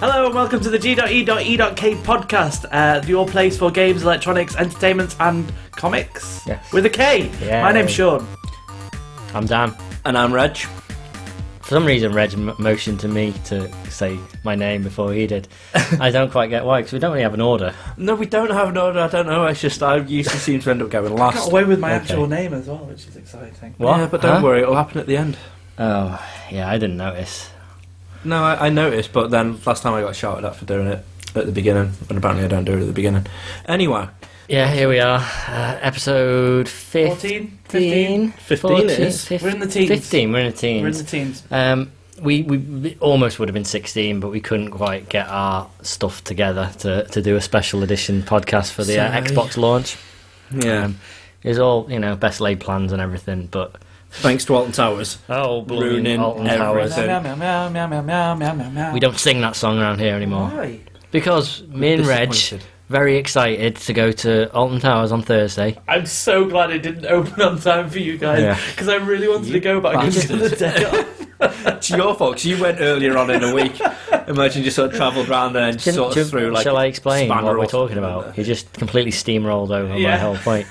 Hello and welcome to the E G.E.E.K podcast, uh, your place for games, electronics, entertainment, and comics. Yes. With a K. Yay. My name's Sean. I'm Dan. And I'm Reg. For some reason, Reg m- motioned to me to say my name before he did. I don't quite get why, because we don't really have an order. No, we don't have an order. I don't know. It's just I usually seem to end up going I got last. away with my Okay. actual name as well, which is exciting. What? Yeah, but don't Huh? worry. It'll happen at the end. Oh, yeah, I didn't notice. No, I, I noticed, but then last time I got shouted at for doing it at the beginning, and apparently I don't do it at the beginning. Anyway, Yeah, here we are. Uh, episode 15. 14, 15. 15 it is. We're in the teens. 15, we're in the teens. We're in the teens. Um, we, we- we almost would have been 16, but we couldn't quite get our stuff together to, to do a special edition podcast for the uh, Sorry. Xbox launch. Yeah. Um, it was all, you know, best laid plans and everything, but. Thanks to Alton Towers. Oh, bloody Ruining Alton Towers. everything. Meow, meow, meow, meow, meow, meow, meow, meow, meow. We don't sing that song around here anymore. Why? Because me and Reg, Disappointed. very excited to go to Alton Towers on Thursday. I'm so glad it didn't open on time for you guys Yeah. because I really wanted to go, but I couldn't do the day off. It's your fault 'cause you went earlier on in the week. Imagine you sort of travelled round there and Can- sort do- of through like. shall I explain spanner what or we're talking something, about? uh, You just completely steamrolled over Yeah. my whole point.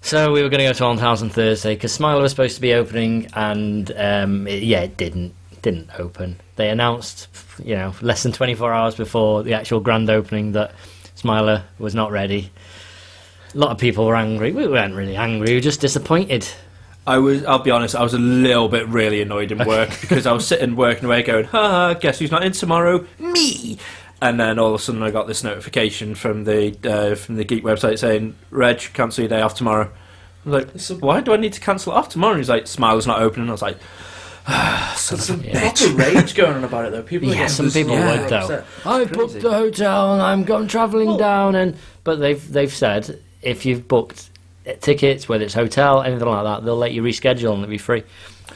So we were going to go to Alton Towers on Thursday because Smiler was supposed to be opening, and um, it- yeah, it didn't didn't open. They announced, you know, less than 24 hours before the actual grand opening that Smiler was not ready. A lot of people were angry. We weren't really angry. We were just disappointed. I was. I'll be honest. I was a little bit really annoyed in work because I was sitting working away, going, "Ha! ha, Guess who's not in tomorrow? Me." And then all of a sudden, I got this notification from the uh, from the geek website saying, "Reg, cancel your day off tomorrow." I was like, so "Why do I need to cancel it off tomorrow?" He's like, "Smile's not opening." I was like, ah, "Son of a Some bitch." proper rage going on about it though. People, are Yeah, getting some people super won't, though. upset. I Crazy. booked the hotel and I'm going travelling Well- down and but they've they've said if you've booked uh, tickets whether it's hotel anything like that they'll let you reschedule and it'll be free.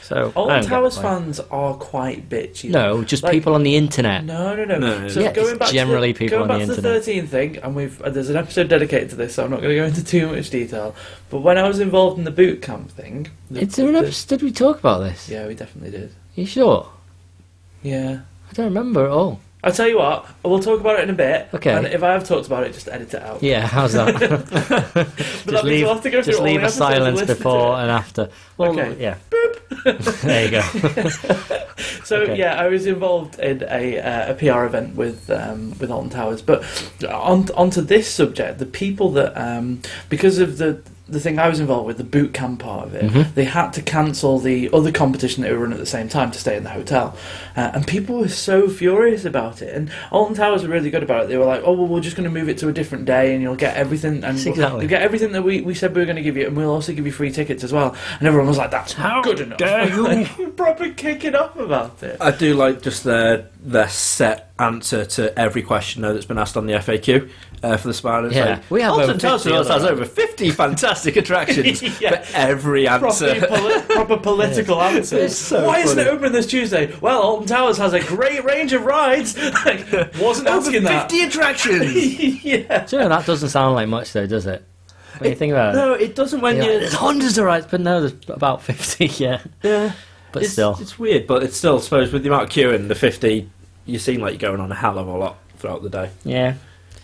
So I don't Alton get Towers the point. fans are quite bitchy. No, just Like- people on the internet. No, no, no. No, no, so no. Yeah, going it's back generally to the, people going on back the to the 13 internet. thing, and we've and there's an episode dedicated to this, so I'm not going to go into too much detail. But when I was involved in the boot camp thing, the- It's an the- episode. Did we talk about this? Yeah, we definitely did. You sure? Yeah. I don't remember at all. I'll tell you what, we'll talk about it in a bit. Okay. And if I have talked about it, just edit it out. Yeah, how's that? But just that means leave, we'll have to go through just all leave the a episodes and silence listen to before it. and after. Well, Okay. yeah. there you go. So Okay. yeah, I was involved in a, uh, a PR event with um, with Alton Towers, but on onto this subject, the people that um, because of the the thing I was involved with, the boot camp part of it, Mhm. they had to cancel the other competition that we were running at the same time to stay in the hotel, uh, and people were so furious about it. And Alton Towers were really good about it. They were like, "Oh well, we're just going to move it to a different day, and you'll get everything, and That's we'll- exactly- you'll get everything that we, we said we were going to give you, and we'll also give you free tickets as well." And everyone was like, "That's How good enough." dare you. Like, you're proper kicking off about it. I do like just their their set answer to every question though, that's been asked on the FAQ uh, for the Sparrow. It's Yeah. like, We have Alton over Towers 50 has other- over fifty fantastic attractions Yeah. for every Proper, answer. poli- proper political answers. It's so Why isn't it funny. open this Tuesday? Well, Alton Towers has a great range of rides. like, wasn't asking that. fifty attractions. yeah. Do you know that doesn't sound like much though, does it? When you think about it. no, it doesn't when Yeah, you. there's hundreds of rights, but no, there's about 50, yeah. yeah, But it's, still. it's weird, but it's still. I suppose with the amount of queuing, the fifty, you seem like you're going on a hell of a lot throughout the day. yeah.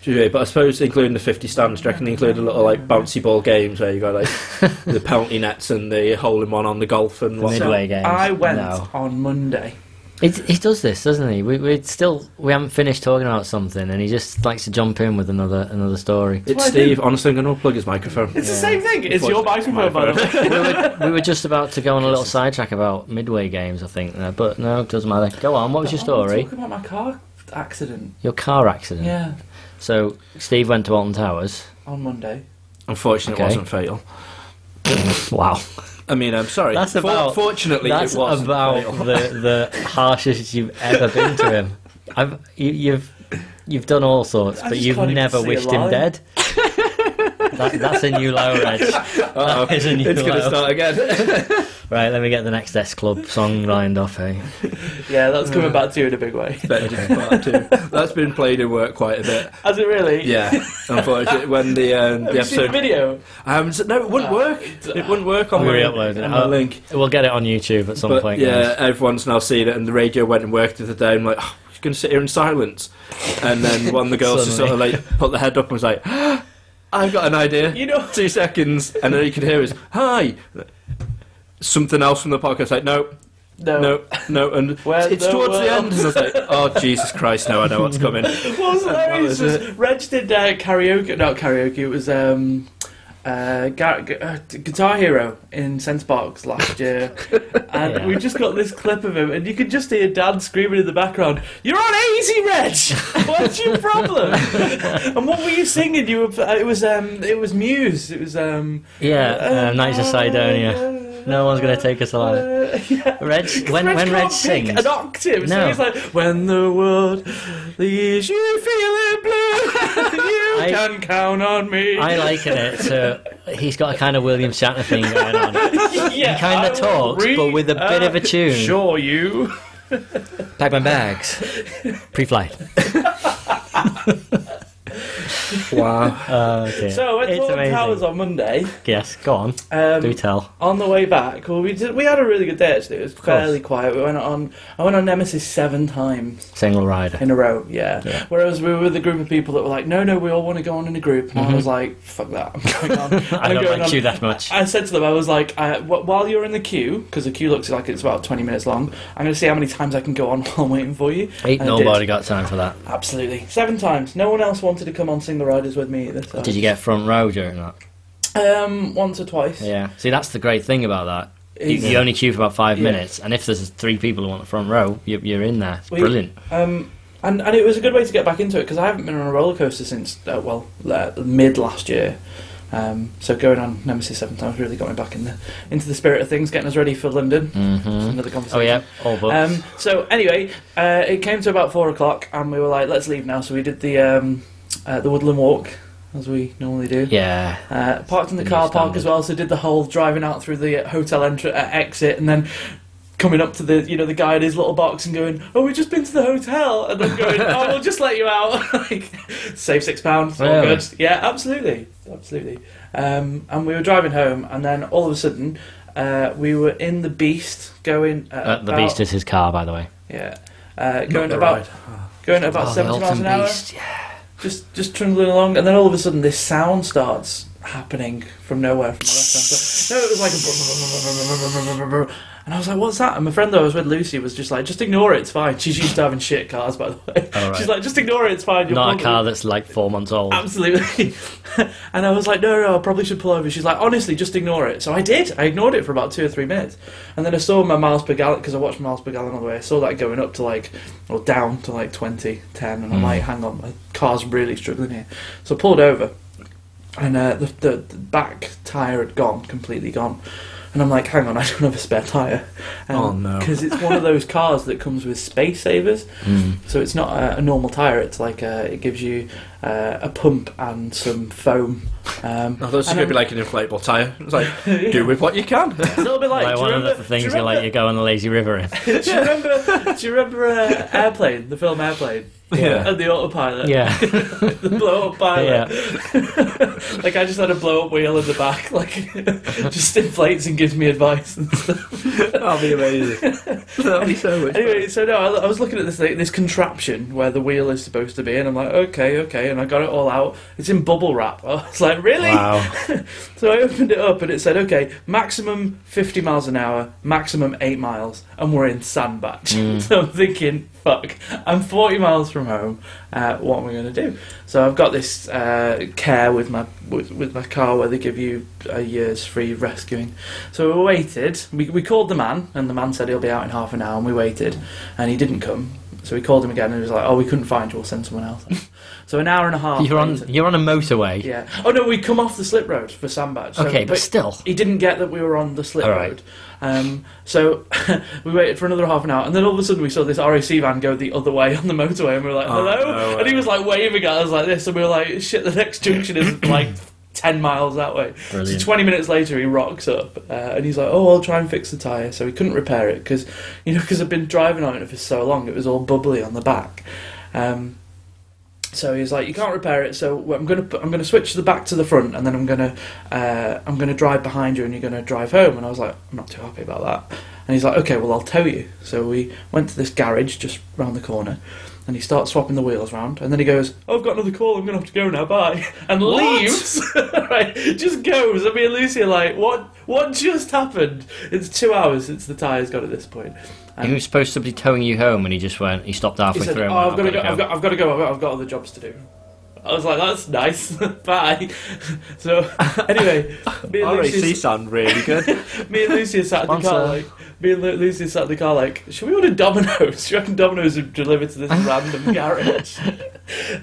Do you- But I suppose including the fifty stands, do you reckon they include a little like bouncy ball games where you got like the penalty nets and the hole in one on the golf and whatnot. Midway games. I went No. on Monday. It, he does this, doesn't he? We, we still we haven't finished talking about something, and he just likes to jump in with another another story. It's Why I Steve. Honestly, I'm going to unplug his microphone. It's the same thing. It's your microphone, by the way. we, were, we were just about to go on a little sidetrack about midway games, I think, there, but no, it doesn't matter. Go on. What was your I story? wanna talk about my car accident. Your car accident. Yeah, So Steve went to Alton Towers. on Monday. Unfortunately, Okay. it wasn't fatal. Wow, I mean, I'm sorry. That's about- fortunately, that's it wasn't about fatal. the, the harshest you've ever been to him. I've you, you've you've done all sorts, I but just you've can't even never see a wished line. him dead. That, that's a new low, Reg. Uh-oh. That is a new Oh, it's going to low. start again. Right, let me get the next S Club song lined off, eh? Yeah, that's coming back to you in a big way. Better just part two. That's been played in work quite a bit. Has it really? Yeah, unfortunately, when the um, Have the you seen the episode, video? I haven't. se- No, it wouldn't Ah, work. It wouldn't work on I'll my re-upload it. Uh, on my I'll- link. We'll get it on YouTube at some But point. yeah, guys. everyone's now seen it, and the radio went and worked the other day. I'm like, oh, we're going to sit here in silence. And then one of the girls just sort of Suddenly. like put the head up and was like, I've got an idea. You know- two seconds, and then you could hear is hi. Something else from the podcast, like no, No. no, no, and Where's it's the towards the world? end. And I was like, oh Jesus Christ, no, I know what's coming. What was hilarious What was was Reg did uh, karaoke, not karaoke, it was um, uh, Ga- Gu- uh, Guitar Hero in Sense Box last year. and Yeah. we just got this clip of him, and you could just hear Dan screaming in the background, You're on easy, Reg! What's your problem? and what were you singing? You were, uh, it was um, it was Muse. It was. Um, yeah, uh, Knights of Sidonia. No one's gonna take us alive. Uh, yeah. Reg, when Reg when can't Reg pick sings, an octave, so No. he's like, "When the world leaves you feeling blue, you I- can count on me." I liken it to he's got a kind of William Shatner thing going on. yeah, he kinda I will talks, read but with a bit of a tune. Sure, you. Pack my bags. Pre-flight. Wow. Uh, dear. So at It's Thornton amazing. Towers on Monday, Yes, go on. Do um, tell. on the way back, well, we did, we had a really good day actually. It was course. fairly quiet. We went on. I went on Nemesis seven times. Single rider. in a row, yeah. Yeah. Whereas we were with a group of people that were like, no, no, we all want to go on in a group. And I was like, fuck that, I'm going on. And Mm-hmm. I I'm don't going like on. you that much. I said to them, I was like, I, wh- while you're in the queue, because the queue looks like it's about 20 minutes long, I'm going to see how many times I can go on while I'm waiting for you. Ain't And I nobody did. got time for that. Absolutely. Seven times. No one else wanted to come on Single Riders with me either. So. Did you get front row during that? Um, once or twice. Yeah. See, that's the great thing about that. You, Is- you only queue for about five Yeah. minutes, and if there's three people who want the front row, you're, you're in there. It's We- brilliant. Um, and, and it was a good way to get back into it because I haven't been on a roller coaster since uh, well uh, mid last year. Um, so going on Nemesis Seven Times really got me back in the into the spirit of things, getting us ready for London. It's hmm Another conversation. Oh yeah, all books. Um, so anyway, uh, it came to about four o'clock, and we were like, "Let's leave now." So we did the um, uh, the Woodland Walk as we normally do. yeah. Uh, parked in the The car new park as standard. well, so did the whole driving out through the hotel entry uh, exit, and then coming up to the you know the guy in his little box and going, "Oh, we've just been to the hotel," and then going, "Oh, we'll just let you out, like save six pounds, all Really? good." Yeah, absolutely, absolutely. Um, and we were driving home, and then all of a sudden. Uh, we were in the Beast, going at Uh, the about- beast is his car, by the way. yeah, uh, going about going at about Oh, the seventy miles Elton an hour Beast, yeah. just just trundling along, and then all of a sudden this sound starts happening from nowhere from my left hand. side. No, it was like, a and I was like, "What's that?" And my friend that I was with, Lucy, was just like, "Just ignore it, it's fine." She's used to having shit cars, by the way. All right. She's like, "Just ignore it, it's fine." You're Not a probably- car that's like four months old. Absolutely. and I was like, no, no, I probably should pull over. She's like, honestly, just ignore it. So I did. I ignored it for about two or three minutes. And then I saw my miles per gallon, because I watched miles per gallon all the way, I saw that going up to like, or down to like 20, 10. And I'm Hmm. Mm. like, hang on, my car's really struggling here. So I pulled over. And uh, the, the, the back tyre had gone, completely gone. And I'm like, hang on, I don't have a spare tyre. Oh, no. Because it's one of those cars that comes with space savers. Mm. So it's not a, a normal tire. It's like a, it gives you uh, a pump and some foam. Um, I thought it was and going to be I'm- like an inflatable tyre. It's like, Yeah. do with what you can. It's a little bit like, Like, do you one remember, of the things do you you like, remember, you go on the lazy river in. do you remember, do you remember uh, Airplane, the film Airplane, Yeah. and the autopilot, yeah, the blow up pilot? yeah. like I just had a blow up wheel in the back, like just inflates and gives me advice. And stuff. That'll be amazing. That'll be so much. Anyway, so no, I, I was looking at this thing, this contraption where the wheel is supposed to be, and I'm like, okay, okay, and I got it all out. It's in bubble wrap. I was like, really? Wow. So I opened it up and it said, okay, maximum 50 miles an hour, maximum 8 miles, and we're in Sandbach. so I'm thinking, fuck, I'm 40 miles from home, uh, what am I going to do? So I've got this uh, care with my with, with my car where they give you a year's free rescuing. So we waited, we, we called the man, and the man said he'll be out in half an hour, and we waited, and he didn't come. So we called him again and he was like, oh, we couldn't find you, we'll send someone else. so an hour and a half. You're on. later- You're on a motorway. yeah. Oh no, we come off the slip road for Sandbach. so- okay, but, still. he didn't get that we were on the slip All right. road. Um, so we waited for another half an hour, and then all of a sudden we saw this RAC van go the other way on the motorway, and we were like, Oh, "Hello!" no and he way. was like waving at us like this, and we were like, "Shit, the next junction is like." ten miles that way. Brilliant. So twenty minutes later, he rocks up uh, and he's like, "Oh, I'll try and fix the tire." So he couldn't repair it because, you know, because I've been driving on it for so long, it was all bubbly on the back. Um, so he's like, "You can't repair it, so I'm gonna put, I'm gonna switch the back to the front, and then I'm gonna uh, I'm gonna drive behind you, and you're gonna drive home." And I was like, "I'm not too happy about that." And he's like, "Okay, well I'll tow you." So we went to this garage just round the corner, and he starts swapping the wheels round, and then he goes, oh, "I've got another call. I'm gonna have to go now. Bye," and leaves. right, just goes. I mean, Lucy, are like, what what just happened? It's two hours since the tires got at this point. He was supposed to be towing you home, and he just went. He stopped halfway He said, through. and "Oh, I've went, got to go. gotta I've got, I've got to go. I've got, I've got other jobs to do." I was like, "That's nice. Bye." So anyway, me and RAC Lucy, sound really good. me and Lucy are sat in the car like. Me and Lu- Lucy are sat in the car like, should we order Domino's? Do you reckon Domino's would deliver to this random garage?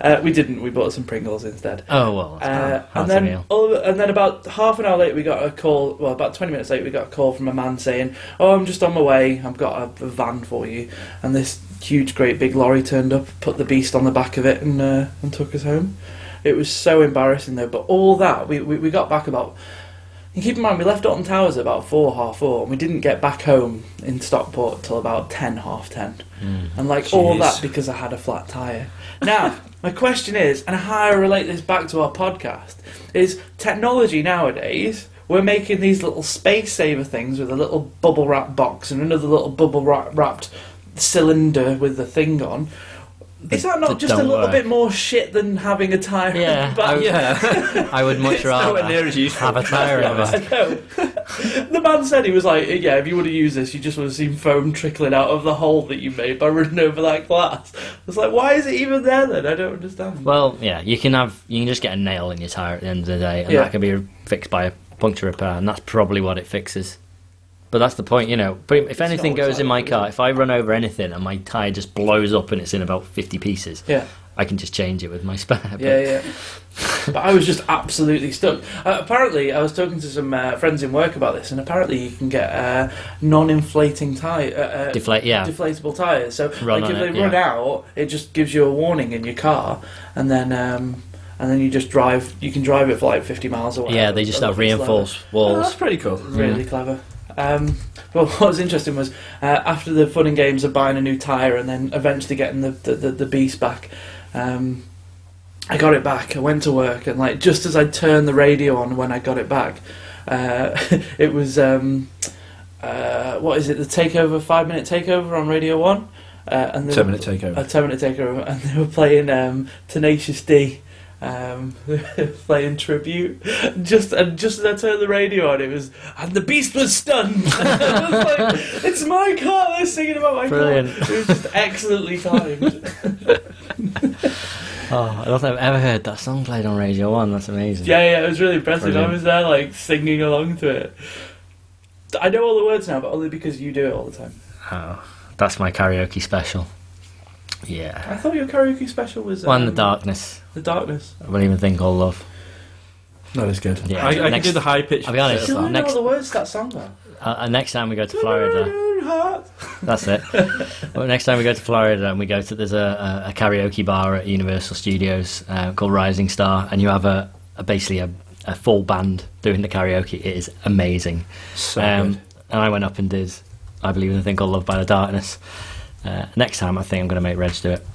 Uh, we didn't. We bought some Pringles instead. Oh well, that's Uh, bad. and That's a then, meal. all, and then about half an hour later, we got a call. Well, about twenty minutes later, we got a call from a man saying, "Oh, I'm just on my way. I've got a, a van for you." And this huge, great big lorry turned up, put the beast on the back of it, and uh, and took us home. It was so embarrassing though. But all that, we we, we got back about. And keep in mind, we left Alton Towers at about four, half four, and we didn't get back home in Stockport till about ten, half ten. Mm. And like all Jeez. that because I had a flat tire. Now, my question is, and how I relate this back to our podcast, is technology nowadays. We're making these little space saver things with a little bubble wrap box and another little bubble wrap wrapped cylinder with the thing on. Is that not that just a don't little work. bit more shit than having a tire? Yeah, But- I- yeah, I would much nowhere near rather as useful. have a tire of it. I know. the man said he was like, yeah, if you would have used this, you just would have seen foam trickling out of the hole that you made by running over that glass. I was like, why is it even there then? I don't understand. Well, yeah, you can have you can just get a nail in your tire at the end of the day, and Yeah. that can be fixed by a puncture repair, and that's probably what it fixes. But that's the point, you know. Pretty, if anything always goes in my like that, car, if I run over anything and my tire just blows up and it's in about fifty pieces, yeah, I can just change it with my spare. But yeah, yeah. but I was just absolutely stuck. Uh, apparently, I was talking to some uh, friends in work about this, and apparently, you can get uh, non-inflating tire, uh, uh, deflate. Yeah, deflatable tires. So, Run like, if on it, they yeah. run out, it just gives you a warning in your car, and then. Um, and then you just drive. You can drive it for like fifty miles away. yeah, they just have reinforced Oh, that's walls. pretty cool. really clever. Um, but what was interesting was uh, after the fun and games of buying a new tyre and then eventually getting the, the, the, the beast back, um, I got it back. I went to work and like just as I turned the radio on when I got it back, uh, it was um, uh, what is it? The takeover, five minute takeover on Radio One, uh, and Ten minute a takeover. 10 minute takeover and they were playing um, Tenacious D um, playing tribute just and just as I turned the radio on it was and the beast was stunned I was like, it's my car they're singing about my Brilliant. car it was just excellently timed Oh, I don't think I've ever heard that song played on Radio One. That's amazing. yeah yeah it was really impressive Brilliant. I was there like singing along to it I know all the words now but only because you do it all the time Oh, that's my karaoke special. Yeah. I thought your karaoke special was One, the um, darkness. the darkness I wouldn't even think called love. That is good. Yeah. I, I can Next- do the high pitch. I'll be honest. Still don't know Next- all the words to that song though Uh, uh, next time we go to Florida, that's it. well, next time we go to Florida and we go to there's a, a, a karaoke bar at Universal Studios uh, called Rising Star, and you have a, a basically a, a full band doing the karaoke. It is amazing. So um, good. and I went up and did I believe in the thing called Love by the Darkness. Uh, next time, I think I'm going to make Reg do it.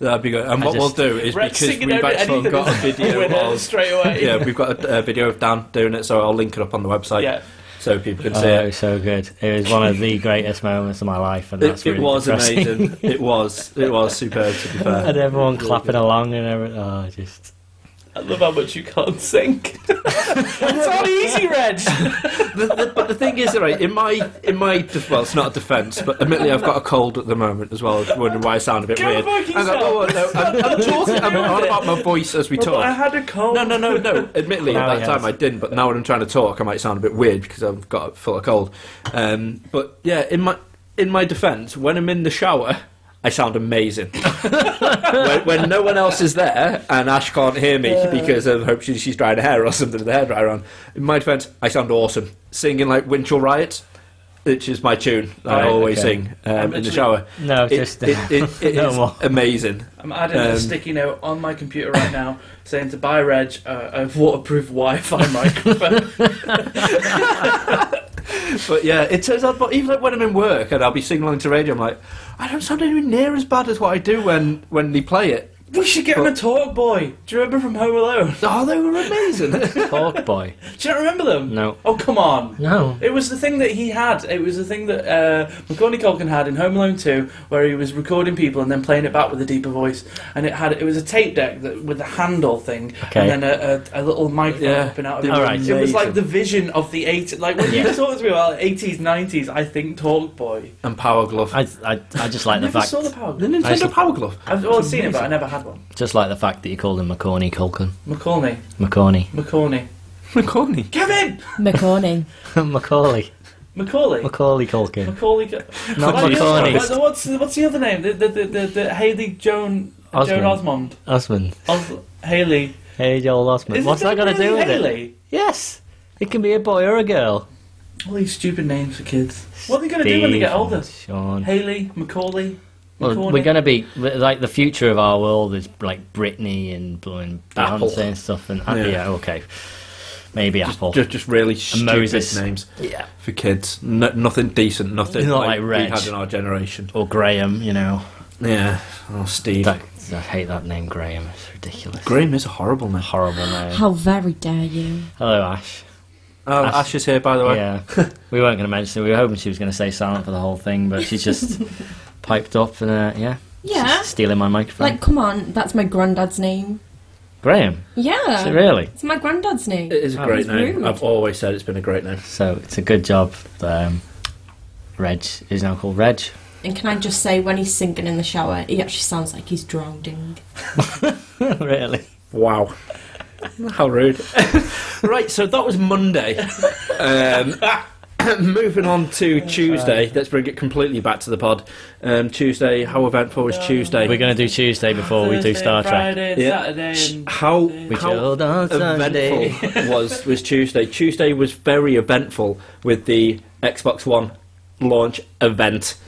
That'd be good. And I what just- we'll do is Right, because singing we've over actually anything got a is video winner of straight away. yeah, we've got a, a video of Dan doing it, so I'll link it up on the website yeah. so people can Oh, see it it. was so good. It was one of the greatest moments of my life, and that's It, it really was depressing. amazing. It was it was superb. To be and fair, everyone clapping along and everything. Oh, just I love how much you can't sing. it's not easy, Reg. the, the, but the thing is, right? In my in my def- well, it's not a defence, but admittedly, I've got a cold at the moment as well. I was wondering why I sound a bit Go weird. fuck Hang on, oh, no, I'm, I'm talking. I'm on about my voice as we But I talk. had a cold. No, no, no, no. Admittedly, Now at he that time has. I didn't, but now when I'm trying to talk, I might sound a bit weird because I've got a full of cold. Um, but yeah, in my in my defence, when I'm in the shower, I sound amazing. when, when no one else is there and Ash can't hear me because of hope she, she's drying her hair or something with the hairdryer on. In my defence, I sound awesome singing like Winchell Riot. which is my tune that I Right, always okay. sing um, in the literally- shower. No, It- just it, it, it no is more. amazing. I'm adding a Um, sticky note on my computer right now saying to buy Reg uh, a, a waterproof Wi-Fi microphone. But yeah, it turns out. But even like when I'm in work and I'll be singing along to radio, I'm like, I don't sound anywhere near as bad as what I do when when they play it. we should get him a talk boy. Do you remember from Home Alone? Oh, they were amazing. Pork boy. Do you not remember them? No. Oh come on. No. It was the thing that he had. It was the thing that uh, Macaulay Culkin had in Home Alone 2, where he was recording people and then playing it back with a deeper voice. And it had it was a tape deck that, with a handle thing, Okay. and then a, a, a little microphone Yeah. popping out of They it. were Alright. It was like amazing. the vision of the 80s. Like when you Yeah. talk to me about 80s, 90s, I think Talk Boy. and Power Glove. I, I, I just like I the never fact, saw the power. the Glove. Nintendo I just- Power Glove. I've well, I've seen it, but I never had one. just like the fact that you called him McCorney Culkin. McCorney, McCorney. McCorney, McCorney. Kevin, McCorney. Macaulay. Macaulay. Macaulay Culkin. Macaulay. Cul- Not Like, Macaulay. what's- What's what's the other name? The the the, the, the Haley Joan Osmond. Joan Osmond. Osmond. Os- Haley. Hey, Joel Osmond. Is What's his that name got to really do with it? Haley? Yes. It can be a boy or a girl. All these stupid names for kids. What are they going to do when they get Steve, older? Sean. Haley, Macaulay. Well, McCorney. we're going to be like the future of our world is like Britney and blowing Apple. Beyonce and stuff. And uh, yeah, Yeah. okay, maybe Apple. Just, just really stupid Moses. names yeah, for kids. No, nothing decent. Nothing Not like we Reg. had in our generation. or Graham. You know, Yeah. Oh, Steve. That- I hate that name, Graham. It's ridiculous. Graham is a horrible name. Horrible name. How very dare you? Hello, Ash. Oh, Ash- Ash, is here, by the way. Yeah, we weren't going to mention it. We were hoping she was going to stay silent for the whole thing, but she's just piped up and uh, yeah, Yeah. she's stealing my microphone. Like, come on, that's my granddad's name. Graham. Yeah. Is it really? It's my granddad's name. It is a Oh, great it's name. rude. I've always said it's been a great name. So it's a good job. that, Um, Reg is now called Reg. And can I just say, when he's singing in the shower, he actually sounds like he's drowning. really? Wow. How rude. right, so that was Monday. Um, moving on to Tuesday. Let's bring it completely back to the pod. Um, Tuesday, how eventful was Tuesday? We're going to do Tuesday before we Thursday, do Star Trek. Friday, and Yeah. Saturday. And How, We how chilled on Sunday. eventful was, was Tuesday? Tuesday was very eventful with the Xbox One launch event.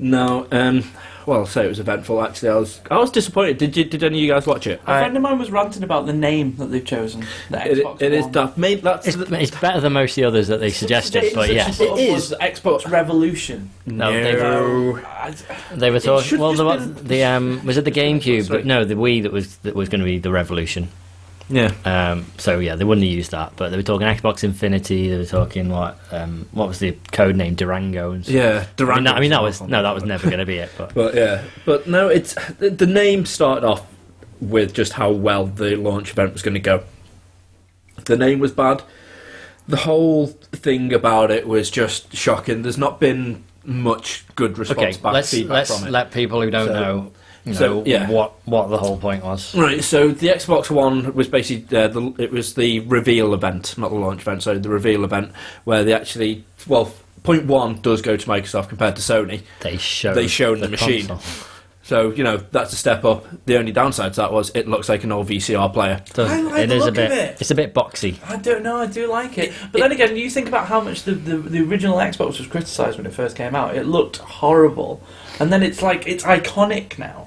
Now, um, well, I'll say it was eventful. Actually, I was I was disappointed. Did you, did any of you guys watch it? a friend of mine was ranting about the name that they've chosen. The It, Xbox it is One. that. Maybe that's It's, the- it's better than most of the others that they suggested, It's but such a yeah, sort of It was is. Xbox Revolution. No, No. I- they were should talking. Well, just the, be what- the um, was it the GameCube? Sorry. But no, the Wii that was that was going to be the revolution. Yeah. Um, so yeah, they wouldn't have used that. But they were talking Xbox Infinity. They were talking what um, what was the code name Durango? And stuff. Yeah, I mean, Durango. that, I mean, that was no, that was never going to be it. But But yeah, but no, it's the, the name started off with just how well the launch event was going to go. The name was bad. The whole thing about it was just shocking. There's not been much good response okay, back let's feedback let's from it. let people who don't So- know, you know so, yeah. what what the whole point was. Right, so the Xbox One was basically uh, the, it was the reveal event, not the launch event. So the reveal event where they actually well, point one does go to Microsoft compared to Sony. They showed They showed the machine. console. So you know that's a step up. The only downside to that was it looks like an old VCR player. Does- I like it the is a look of bit. it. It's a bit boxy. I don't know. I do like it, but then again, you think about how much the, the, the original Xbox was criticised when it first came out. It looked horrible, and then it's like it's iconic now.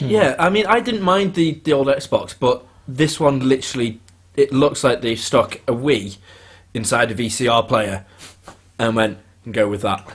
Hmm. Yeah, I mean, I didn't mind the, the old Xbox, but this one literally, it looks like they stuck a Wii inside a VCR player and went and go with that.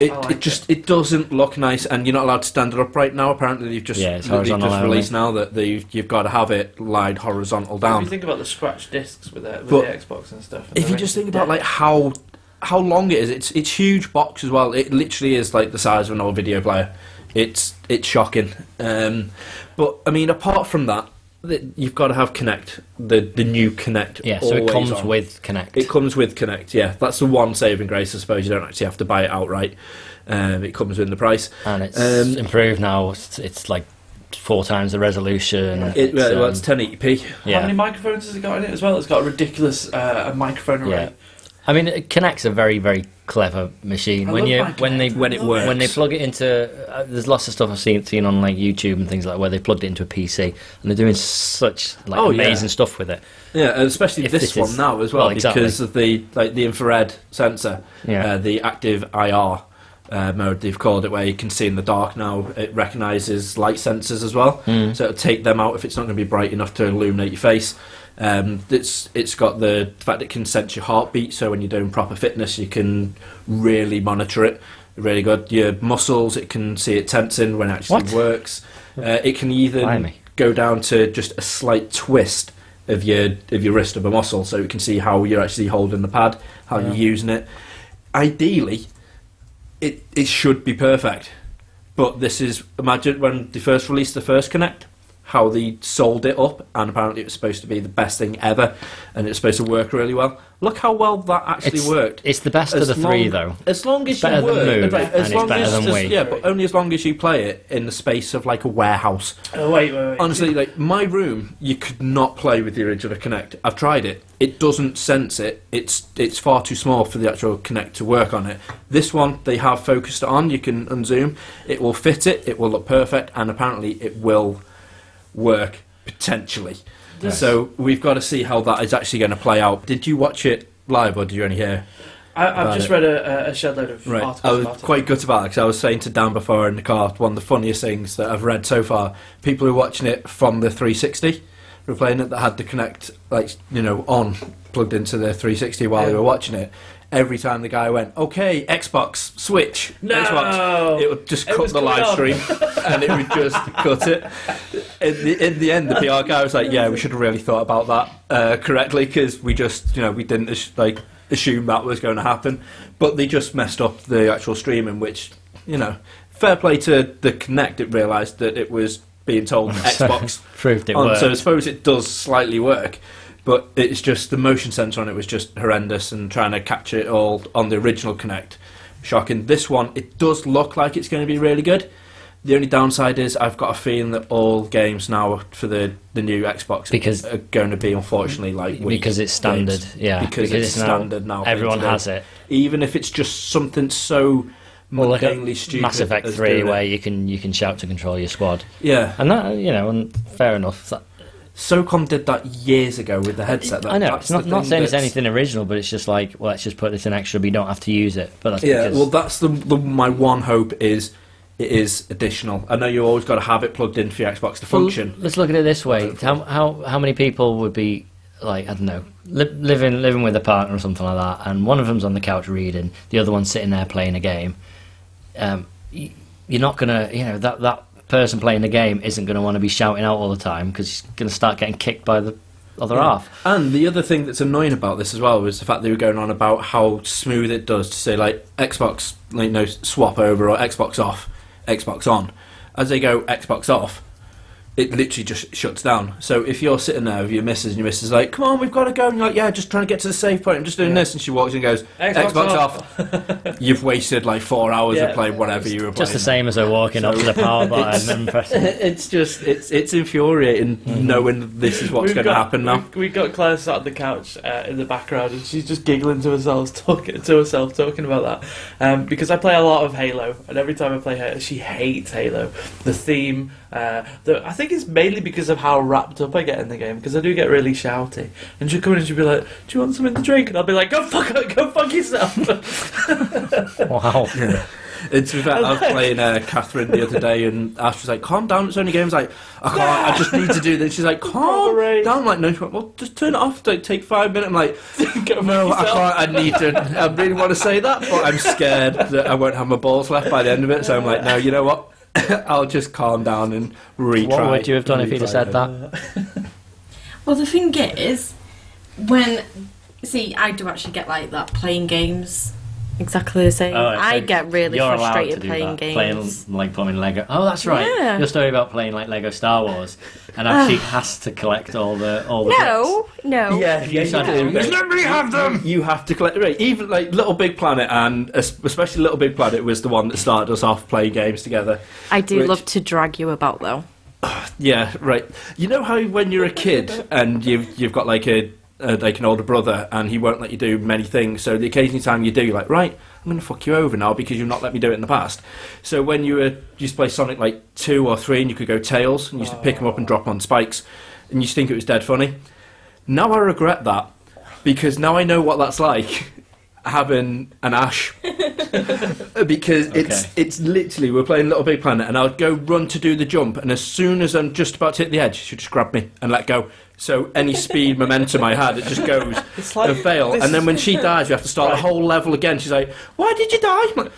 It, I like it just it doesn't look nice, and you're not allowed to stand it upright now. Apparently, they've just Yeah, it's they've horizontal just only. released now that they've, you've got to have it lined horizontal If you down. think about the scratch discs with, the, with But the Xbox and stuff. and If the you just ring- think about like how how long it is, it's it's huge box as well. It literally is like the size of an old video player. It's it's shocking. Um, but I mean, apart from that, th- you've got to have Connect the the new Connect. Yeah, so it always comes on. with Connect. It comes with Connect. Yeah, that's the one saving grace. I suppose you don't actually have to buy it outright. Um, it comes with the price. and it's Um, improved now. It's, it's like four times the resolution. It, well, it's um, 1080p. how many yeah. microphones has it got in it as well? It's got a ridiculous uh, microphone array. Yeah. I mean, Kinect's a very, very clever machine. I when love you my when they Kinect. When it Love works. when they plug it into, uh, there's lots of stuff I've seen seen on like YouTube and things like where they plugged it into a PC and they're doing such like Oh, yeah. amazing stuff with it. Yeah, and especially If this, this one is- now as well, well, exactly. because of the like the infrared sensor, Yeah. uh, the active IR uh, mode they've called it, where you can see in the dark now. It recognises light sensors as well, Hmm. so it'll take them out if it's not going to be bright enough to illuminate your face. Um, it's it's got the fact it can sense your heartbeat, so when you're doing proper fitness, you can really monitor it. Really good. Your muscles, it can see it tensing when it actually What? works. Uh, it can either Blimey. go down to just a slight twist of your of your wrist of a muscle, so you can see how you're actually holding the pad, how you're using it. Ideally, it it should be perfect, but this is imagine when they first released the first Connect, how they sold it up, and apparently it was supposed to be the best thing ever, and it's supposed to work really well. Look how well that actually It's- worked. It's the best of As the three, long- though. As long as better you than work, Move, right, and as it's long better as than just- Wii. yeah, but only as long as you play it in the space of like a warehouse. Oh wait, wait, wait. Honestly, like my room, you could not play with the original Connect. I've tried it; it doesn't sense it. It's it's far too small for the actual Connect to work on it. This one they have focused it on. You can unzoom. It will fit it. It will look perfect, and apparently it will work potentially. So we've got to see how that is actually going to play out. Did you watch it live, or did you only hear? I, I've about just it. read a, a- a shed load of Right. articles I was about it. quite good about it because I was saying to Dan before in the car, one of the funniest things that I've read so far. People who are watching it from the 360 were playing it that had to connect, like, you know, on, plugged into their 360 while they Yeah. were watching it. Every time the guy went, okay, Xbox, Switch, No! Xbox, it would just Oh, It cut was the going live on. stream and it would just cut it. In the, in the end, the PR guy was like, yeah, we should have really thought about that uh, correctly because we just, you know, we didn't as- like assume that was going to happen. But they just messed up the actual streaming, which, you know, fair play to the Connect, it realised that it was being told Xbox Proved it on, worked. Um, So I suppose it does slightly work, but it's just the motion sensor on it was just horrendous, and trying to capture it all on the original Connect, shocking. This one, it does look like it's going to be really good. The only downside is I've got a feeling that all games now for the, the new Xbox Because- are going to be unfortunately like Wii because it's standard, games. yeah. because, it's, now- standard now. Everyone being has today. it. even if it's just something so Well, like a mundanely stupid. Mass Effect as three, doing it. where you can you can shout to control your squad, yeah, and that you know, and fair enough. That- SOCOM did that years ago with the headset. I know That's it's not the not thing saying it's that's- anything original, but it's just like well, let's just put this in extra. We don't have to use it, but that's Yeah, because well, that's the, the my one hope is it is additional. I know you always got to have it plugged in for your Xbox to Well, function. let's look at it this way: how how how many people would be like I don't know, li- living living with a partner or something like that, and one of them's on the couch reading, the other one's sitting there playing a game. Um, y- you're not gonna, you know, that that person playing the game isn't gonna want to be shouting out all the time because he's gonna start getting kicked by the other half. And the other thing that's annoying about this as well was the fact they were going on about how smooth it does to say like Xbox, like no swap over or Xbox off, Xbox on. As they go Xbox off, it literally just shuts down. So if you're sitting there with your missus and your missus is like, "Come on, we've got to go," and you're like, "Yeah, just trying to get to the safe point. I'm just doing this," and she walks in and goes, "Xbox, Xbox off." You've wasted like four hours Yeah. of playing whatever you were playing. Just the same as they're walking up to the power button and pressing. it. it's just it's it's infuriating knowing that this is what's Mm-hmm. We've going to got- happen now. We've, we've got Claire sat on the couch uh, in the background, and she's just giggling to herself, talking to herself, talking about that. Um, because I play a lot of Halo, and every time I play Halo, she hates Halo. The theme, uh, the, I think it's mainly because of how wrapped up I get in the game. Because I do get really shouty, and she'll come in and she'll be like, "Do you want something to drink?" And I'll be like, "Go fuck, go fuck yourself." Wow. It's to be fair, I was playing uh, Catherine the other day, and Ash was like, "Calm down, it's only games." Like, I can't, I just need to do this. She's like, "Calm Right. down." I'm like, no, she went, well, just turn it off. Like, take five minutes. I'm like, go fuck no, I yourself. can't. I need to. I really want to say that, but I'm scared that I won't have my balls left by the end of it. So I'm like, no, you know what? I'll just calm down and retry. What would you have done if he'd have Retry said it. that? Well, the thing is, when see, I do actually get like that playing games exactly the same. I get really Oh, You're allowed frustrated to do playing that. games. Playing like plumbing Lego. Oh, that's right. Yeah. Your story about playing like Lego Star Wars, and how she has to collect all the all the. no, no. Yeah, yeah, said you it. do. Let me have them. You have to collect right, even like Little Big Planet, and es- especially Little Big Planet was the one that started us off playing games together. I do Which- love to drag you about though. Yeah, right. You know how when you're a kid and you've you've got like a uh, like an older brother, and he won't let you do many things. So the occasional time you do, you're like, right, I'm going to fuck you over now because you've not let me do it in the past. So when you were you used to play Sonic like two or three, and you could go tails, and you used to pick them up and drop 'em on spikes, and you used to think it was dead funny. Now I regret that because now I know what that's like having an ash because it's it's literally we're playing Little Big Planet and I'll go run to do the jump and as soon as I'm just about to hit the edge she just grabbed me and let go so any speed momentum I had it just goes It's like- and fail this and then is- when she dies we have to start the whole level again she's like why did you die I'm like,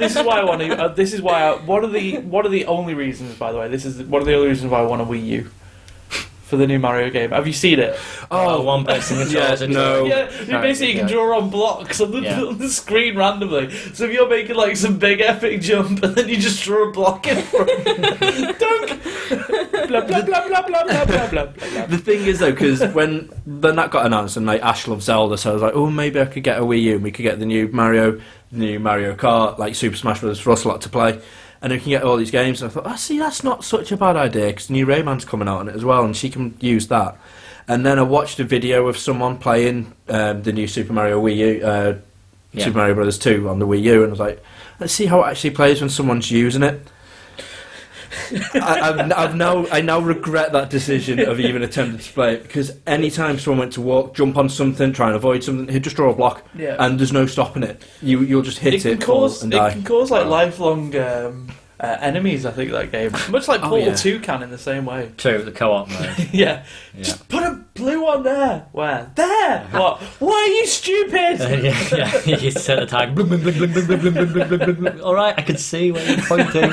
this is why I want to. Uh, this is why. I, one of the one of the only reasons, by the way, this is one of the only reasons why I want a Wii U for the new Mario game. Have you seen it? Oh, one person controls yeah, it. no yeah, you no, basically can yeah. draw on blocks on the, Yeah. on the screen randomly. So if you're making like some big epic jump and then you just draw a block in front, dunk, blah blah blah blah blah blah blah blah. blah. The thing is though, because when then that got announced and like Ash loved Zelda, so I was like, oh, maybe I could get a Wii U and we could get the new Mario, the new Mario Kart, like Super Smash Bros. for us a lot to play, and we can get all these games. And I thought, oh, see, that's not such a bad idea because new Rayman's coming out on it as well, and she can use that. And then I watched a video of someone playing um, the new Super Mario Wii U, uh, Yeah. Super Mario Brothers Two on the Wii U, and I was like, let's see how it actually plays when someone's using it. I, I've, I've now I now regret that decision of even attempting to play it because any time someone went to walk, jump on something, try and avoid something, he'd just draw a block, Yeah. and there's no stopping it. You you'll just hit it it, can cause fall and it die. can cause like lifelong um, uh, enemies. I think that game, much like Oh, Portal yeah. Two can in the same way. True, the co-op mode. Yeah. Yeah. Just put a blue one there. Where? There. What? Why are you Uh, stupid? yeah, yeah, you set a tag. Blum, blum, blum, blum, blum, blum, blum, blum, blum, blum, blum. All right, I can see where you're pointing.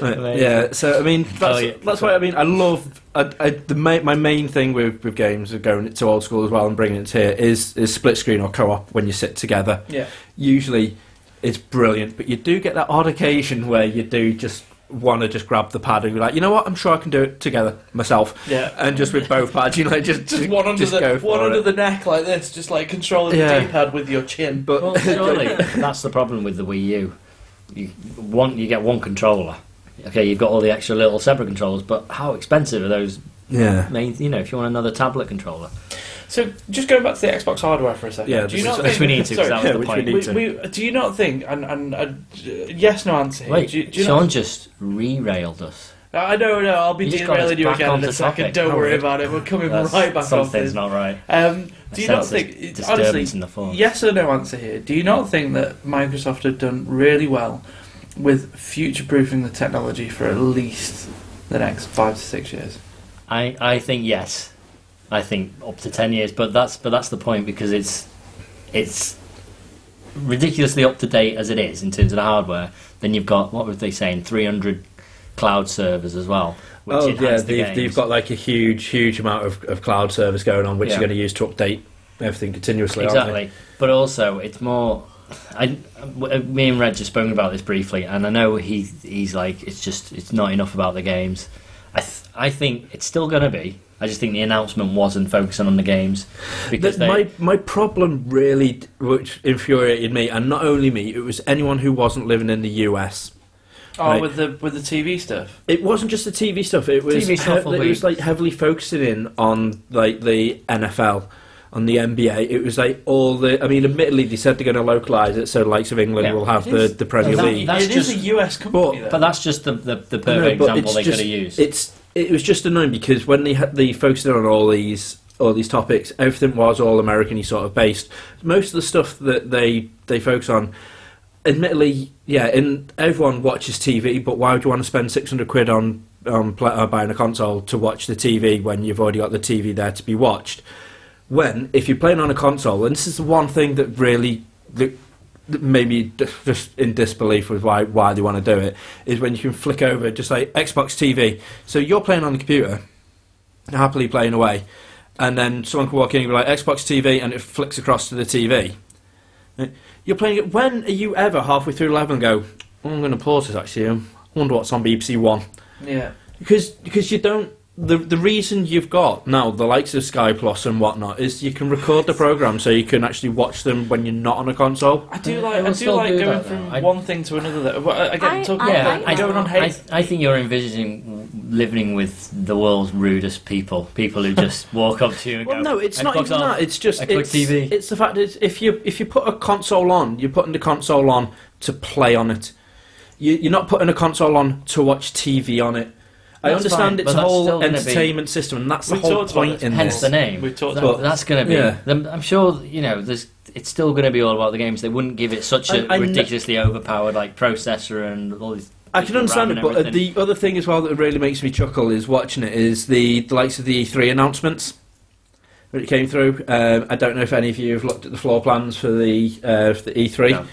Right, Yeah, so I mean that's, Oh, yeah. that's why I mean I love I, I, the ma- my main thing with, with games of going to old school as well and bringing it here is is split screen or co-op when you sit together. Yeah. usually it's brilliant, but you do get that odd occasion where you do just want to just grab the pad and be like, you know what, I'm sure I can do it together myself. Yeah. And just with both pads, you know, just Just one under just the go one for under it. the neck like this, just like controlling Yeah. the D-pad with your chin. But Well, surely that's the problem with the Wii U. You one, you get one controller. Okay, you've got all the extra little separate controllers, but how expensive are those? yeah, Main, you know, if you want another tablet controller, So just going back to the Xbox hardware for a second. Yeah, do you this not is- which think, we need to, because sorry, that was Yeah, the which we point. need to. we, we, do you not think? And, and uh, yes, no answer here. Wait, do you, do you Sean not, just re-railed us. I don't know. I'll be You just got us derailing you back again in onto a second. topic. Don't How worry rude. about it. We're coming That's- right back on something's this. not right. Um, do you I not sense think, a it- disturbance honestly, in the form? yes or no answer here? Do you not think that Microsoft have done really well with future proofing the technology for at least the next five to six years? I, I think yes. I think up to ten years, but that's but that's the point because it's it's ridiculously up to date as it is in terms of the hardware. Then you've got what were they saying, three hundred cloud servers as well. Which oh yeah, enhance the they've, games. they've got like a huge, huge amount of, of cloud service going on, which Yeah. you're going to use to update everything continuously. aren't they? exactly. But also, it's more. I, w- me and Reg have spoken about this briefly, and I know he he's like it's just it's not enough about the games. I th- I think it's still going to be. I just think the announcement wasn't focusing on the games because That- they, my my problem really, d- which infuriated me, and not only me, it was anyone who wasn't living in the US. Oh, Right. with the with the TV stuff. It wasn't just the TV stuff. It was TV stuff he- will it be- was like heavily focusing in on like the NFL, on the NBA. It was like all the. I mean, admittedly, they said they're going to localize it, so the likes of England Yeah. will have It the is- the Premier that- League. that's It is just- a US company, But though. that's just the, the, the I know, perfect but example it's they just- could have used. It's it was just annoying because when they had they focused in on all these all these topics, everything was all American sort of based. Most of the stuff that they they focus on, admittedly, yeah, and everyone watches TV, but why would you want to spend six hundred quid on on pla uh, buying a console to watch the TV when you've already got the TV there to be watched? When if you're playing on a console, and this is the one thing that really that that made me d- just in disbelief with why why they want to do it is when you can flick over just like Xbox TV. So you're playing on the computer, happily playing away, and then someone can walk in and be like Xbox TV, and it flicks across to the TV. You're playing it. When are you ever halfway through level and go? "Oh, I'm going to pause this actually. I wonder what's on BBC One yeah. because because you don't. The, the reason you've got now the likes of Sky Plus and whatnot is you can record the program so you can actually watch them when you're not on a console. I do They like I will do still like do going that, from though. I- one thing to another. That well, again, I- talking I about yeah, like I going that. on I, hate. I think you're envisaging living with the world's rudest people. People who just walk up to you and Well, go. no, it's not "Xbox even on." that. It's just I click it's, TV. it's the fact that if you if you put a console on, you're putting the console on to play on it. You, you're not putting a console on to watch TV on it. I That's understand fine, it's but a that's whole still gonna be- entertainment system, and that's the We whole talked about point this. in Hence this. the name. We talked That- about- that's going to be. Yeah. them- I'm sure you know. There's. It's still going to be all about the games. They wouldn't give it such a I- I kn- ridiculously overpowered like processor and all these. I can understand RAM it, and but uh, everything. the other thing as well that really makes me chuckle is watching it is the, the likes of the E3 announcements when it came through. Um, I don't know if any of you have looked at the floor plans for the uh, for the E3 No.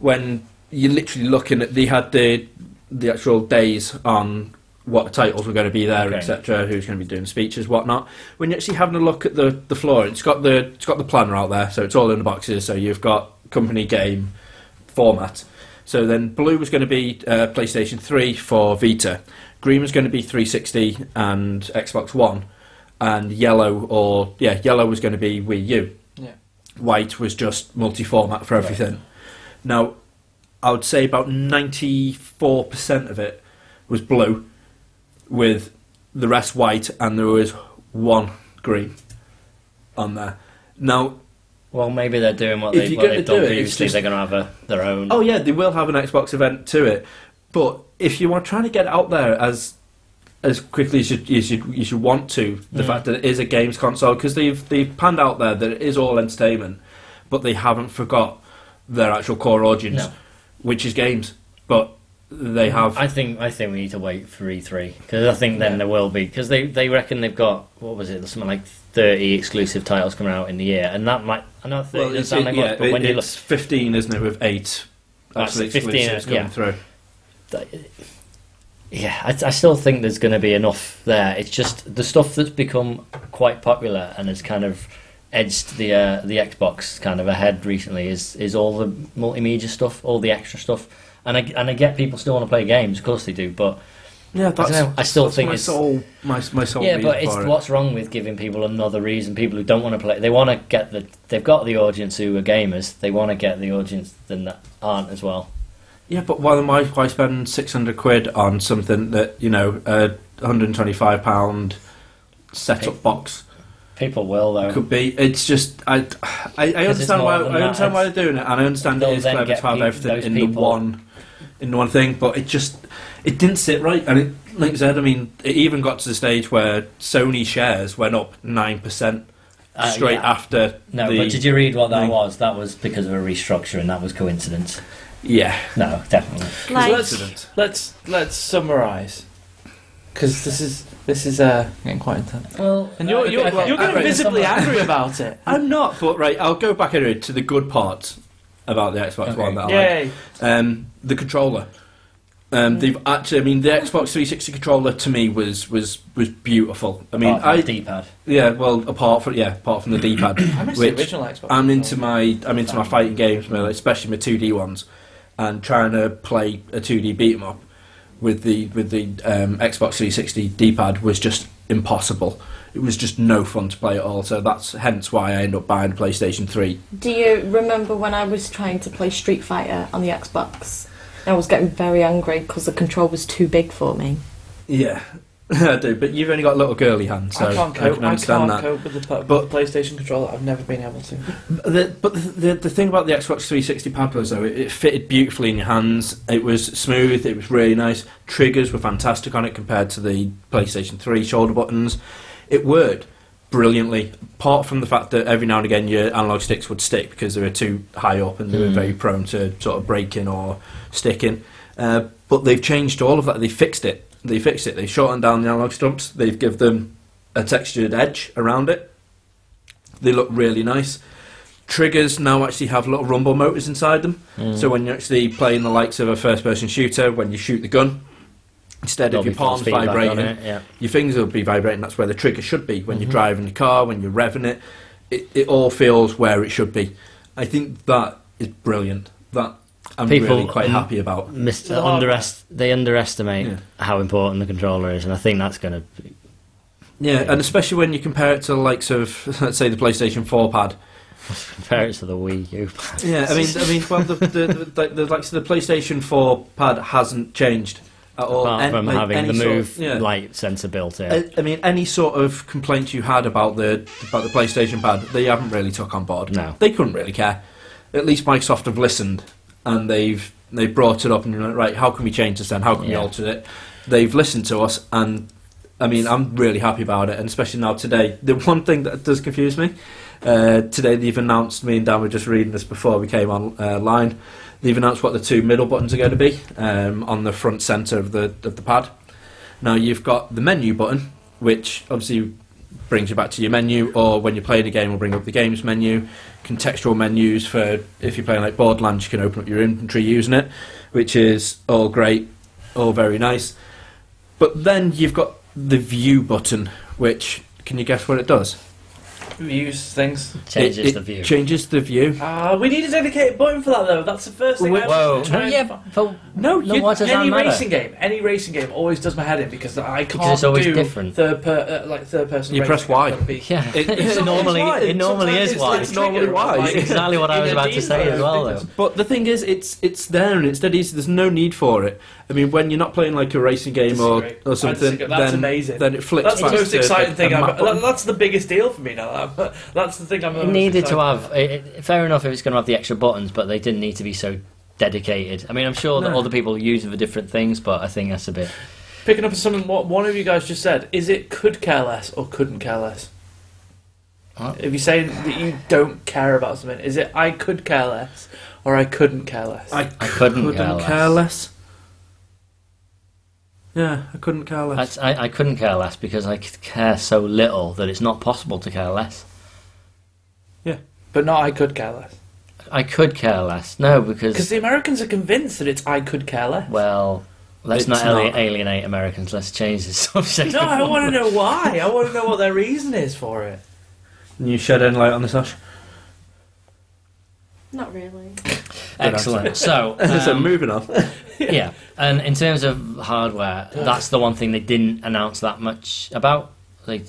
when you're literally looking at they had the the actual days on what titles were going to be there, Okay. etc. Who's going to be doing speeches, whatnot. When you're actually having a look at the the floor, it's got the it's got the planner out there, so it's all in the boxes. So you've got company game format. So then blue was going to be uh, PlayStation 3 for Vita, green was going to be 360 and Xbox One, and yellow or yeah, yellow was going to be Wii U. Yeah. White was just multi-format for Right. everything. Now, I would say about 94% of it was blue, with the rest white, and there was one green on there. Now, Well, maybe they're doing what, If they, you're what gonna they've done do it, it's previously. just- They're going to have a, their own. oh yeah, they will have an Xbox event to it, but if you are trying to get it out there as as quickly as you as you, as you want to, the Mm. fact that it is a games console because they've they've panned out there that it is all entertainment, but they haven't forgot their actual core audience, No. which is games, but. They have I think I think we need to wait for E3 because I think then there will be because they, they reckon they've got what was it something like 30 exclusive titles coming out in the year and that might I know 30 doesn't it's- sound like yeah, much but when it- you look it's 15, isn't it, with eight That's absolute 15, exclusives coming yeah. through. yeah I, I still think there's going to be enough there it's just the stuff that's become quite popular and has kind of edged the uh, the Xbox kind of ahead recently is is all the multimedia stuff all the extra stuff and I, and I get people still want to play games of course they do but Yeah, I, don't know, I still think my it's soul, my, my soul. yeah, need but it's for it. what's wrong with giving people another reason? People who don't want to play, they want to get the. They've got the audience who are gamers. They want to get the audience then that aren't as well. Yeah, but why, why, why spend 600 quid on something that, you know, a 125 pound setup box People will though. could be? It's just, I, I, I it's understand more why, than I that, understand why they're doing it, and I understand it They'll is then clever get to have peop- everything those in the people- one, in one thing, but it just, it didn't sit right, and it, like I said, I mean, it even got to the stage where Sony shares went up nine percent Uh, straight yeah. after. No, the, but did you read what that thing. was? That was because of a restructure, and that was coincidence. Yeah. No, definitely. Like, Coincidence. Let's let's summarise because this is this is uh, getting quite intense. Well, And you're you're, you're getting okay. visibly angry about it. I'm not, but right, I'll go back anyway to the good part about the Xbox Okay. One that I like. Yay! Um, the controller. Um, Mm. They've actually, I mean, the Xbox 360 controller to me was was was beautiful. I I mean, I D-pad. yeah, well, apart from yeah, apart from the D-pad, I'm into Which the original Xbox. I'm into my I'm into my fighting games, man, especially my 2D ones, and trying to play a 2D beat 'em up with the with the um, Xbox 360 D-pad was just impossible. It was just no fun to play at all. So that's hence why I ended up buying a PlayStation 3. do you remember when I was trying to play Street Fighter on the Xbox? I was getting very angry because the control was too big for me. Yeah, I do. But you've only got little girly hands, so I can't I cope. can I, understand can't that. cope with the, pla- with But- the PlayStation controller. I've never been able to. The, but the, the, the thing about the Xbox 360 pad was though it, it fitted beautifully in your hands. It was smooth. It was really nice. Triggers were fantastic on it compared to the PlayStation 3 shoulder buttons. It worked brilliantly. Apart from the fact that every now and again your analog sticks would stick because they were too high up and they were Mm. very prone to sort of breaking or sticking. Uh, but they've changed all of that. They fixed it. They fixed it. They shortened down the analog stumps. They've give them a textured edge around it. They look really nice. Triggers now actually have little rumble motors inside them. Hmm. So when you're actually playing the likes of a first-person shooter, when you shoot the gun, instead There'll of your be false palms feedback on vibrating, it, yeah. your fingers will be vibrating. That's where the trigger should be when you're Mhm. driving your car, when you're revving it. It, it all feels where it should be. I think that is brilliant. That I'm People- really quite um, happy about. Mis- To the hardware. underest- they underestimate Yeah. how important the controller is, and I think that's going to. Yeah, and especially when you compare it to the likes of, let's say, the PlayStation 4 pad. Compare it to the Wii U. Yeah, I mean, I mean, well, the the, the, the, the likes of the PlayStation 4 pad hasn't changed. at all. apart And from like, having any the move sort- yeah. light sensor built in. I, I mean, any sort of complaint you had about the about the PlayStation Pad, they haven't really took on board. No. they couldn't really care. At least Microsoft have listened and they've they brought it up and you're like, right, how can we change this then? How can we Yeah. alter it? They've listened to us and. I mean, I'm really happy about it, and especially now today. The one thing that does confuse me uh, today, they've announced. Me and Dan were just reading this before we came on uh, line. They've announced what the two middle buttons are going to be um, on the front centre of the of the pad. Now you've got the menu button, which obviously brings you back to your menu, or when you're playing a game, will bring up the games menu. Contextual menus for if you're playing like Borderlands, you can open up your inventory using it, which is all great, all very nice. But then you've got the view button, which can you guess what it does? Use things. changes It- it the view. Changes the view. Ah, we need a dedicated button for that though. That's the first thing. Wait, I Whoa! was No, trying to yeah, find. but No, no, you- what does Any that matter? racing game, any racing game, always does my head in because I can't Because it's always do different. third per, uh, like third person. You racing. press Y. I've gotta be- Yeah, It- it, it's normally wide. it normally Sometimes is it's- wide. it's normally wide. It's exactly what I in was a about to Dean's say as version, well, it's- though. But the thing is, it's it's there and it's dead easy. There's no need for it. I mean, when you're not playing like a racing game or, Disagree. I or something, disagree. That's then, amazing. then it flicks That's the back most to, exciting like, thing. a I've, map button. that, that's the biggest deal for me now. that- That's the thing I'm. It most needed to excited have. It, it- fair enough if it's going to have the extra buttons, but they didn't need to be so dedicated. I mean, I'm sure that No. other people use it for different things, but I think that's a bit. Picking up on something what one of you guys just said, is it could care less or couldn't care less? What? If you're saying that you don't care about something, is it I could care less or I couldn't care less? I I couldn't couldn't care care, less. less. Yeah, I couldn't care less. That's, I, I couldn't care less because I c- care so little that it's not possible to care less. but not I could care less. I could care less. No, Because because the Americans are convinced that it's I could care less. well, let's It's not, ali- not. alienate Americans. Let's change the subject. no, I want to know why. I want to know what their reason is for it. Can you shed any light on this, Ash? Not really. Excellent. So, so um, moving on. yeah. And in terms of hardware, that's the one thing they didn't announce that much about. They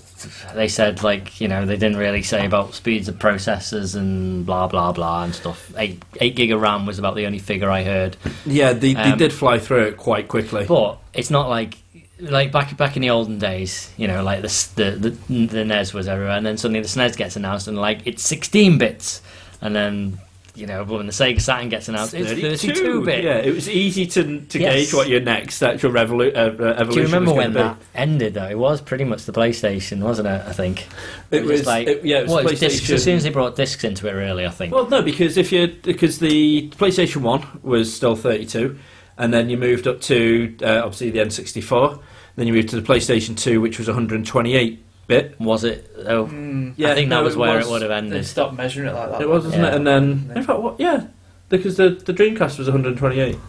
they said like you know they didn't really say about speeds of processors and blah blah blah and stuff. Eight eight gig of RAM was about the only figure I heard. Yeah, they, they Um, did fly through it quite quickly. But it's not like like back back in the olden days, you know, like the s- the the, the NES was everywhere, and then suddenly the SNES gets announced, and like it's 16 bits, and then you know when the Sega Saturn gets announced, it's 32 bits. Yeah, it was easy to, to Yes. gauge what your next actual revolu- uh, uh, evolution Do you remember was when going to that ended though? It was pretty much the PlayStation, wasn't it? I think be. It just was it- yeah, it was well, it was discs. As PlayStation- soon as they brought discs into it, really, I think. Well, no, because if you because the PlayStation One was still 32, and then you moved up to uh, obviously the N64, then you moved to the PlayStation Two, which was 128 bit. was it? Oh, Hmm. Mm, I think that was where it would have they ended. stopped measuring it like that. It was, wasn't Yeah. it? And then in fact, what? Yeah, because the the Dreamcast was 128. Was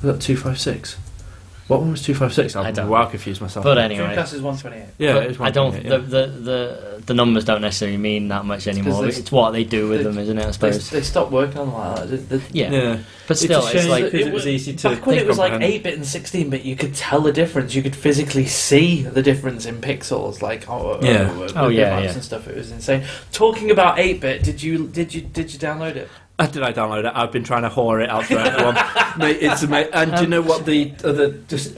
that 256? What one was 256? I don't- I'm wow confused myself. But anyway, Dreamcast is 128. yeah, But it is I don't. 128, The, yeah. the the the numbers don't necessarily mean that much anymore. they- It's, what they do with they- them, isn't it? I They, suppose. they stopped working on it like that. did they? yeah. yeah. but It's still, a it's, shame like because it was easy to back when think it was like comprehend. 8 bit and 16 bit you could tell the difference you could physically see the difference in pixels like oh, Yeah. oh, Oh, yeah, yeah. and stuff it was insane talking about 8 bit did you did you did you download it Uh, Did I download it? I've been trying to whore it out for everyone. Mate, it's amazing. And do you know what the other just.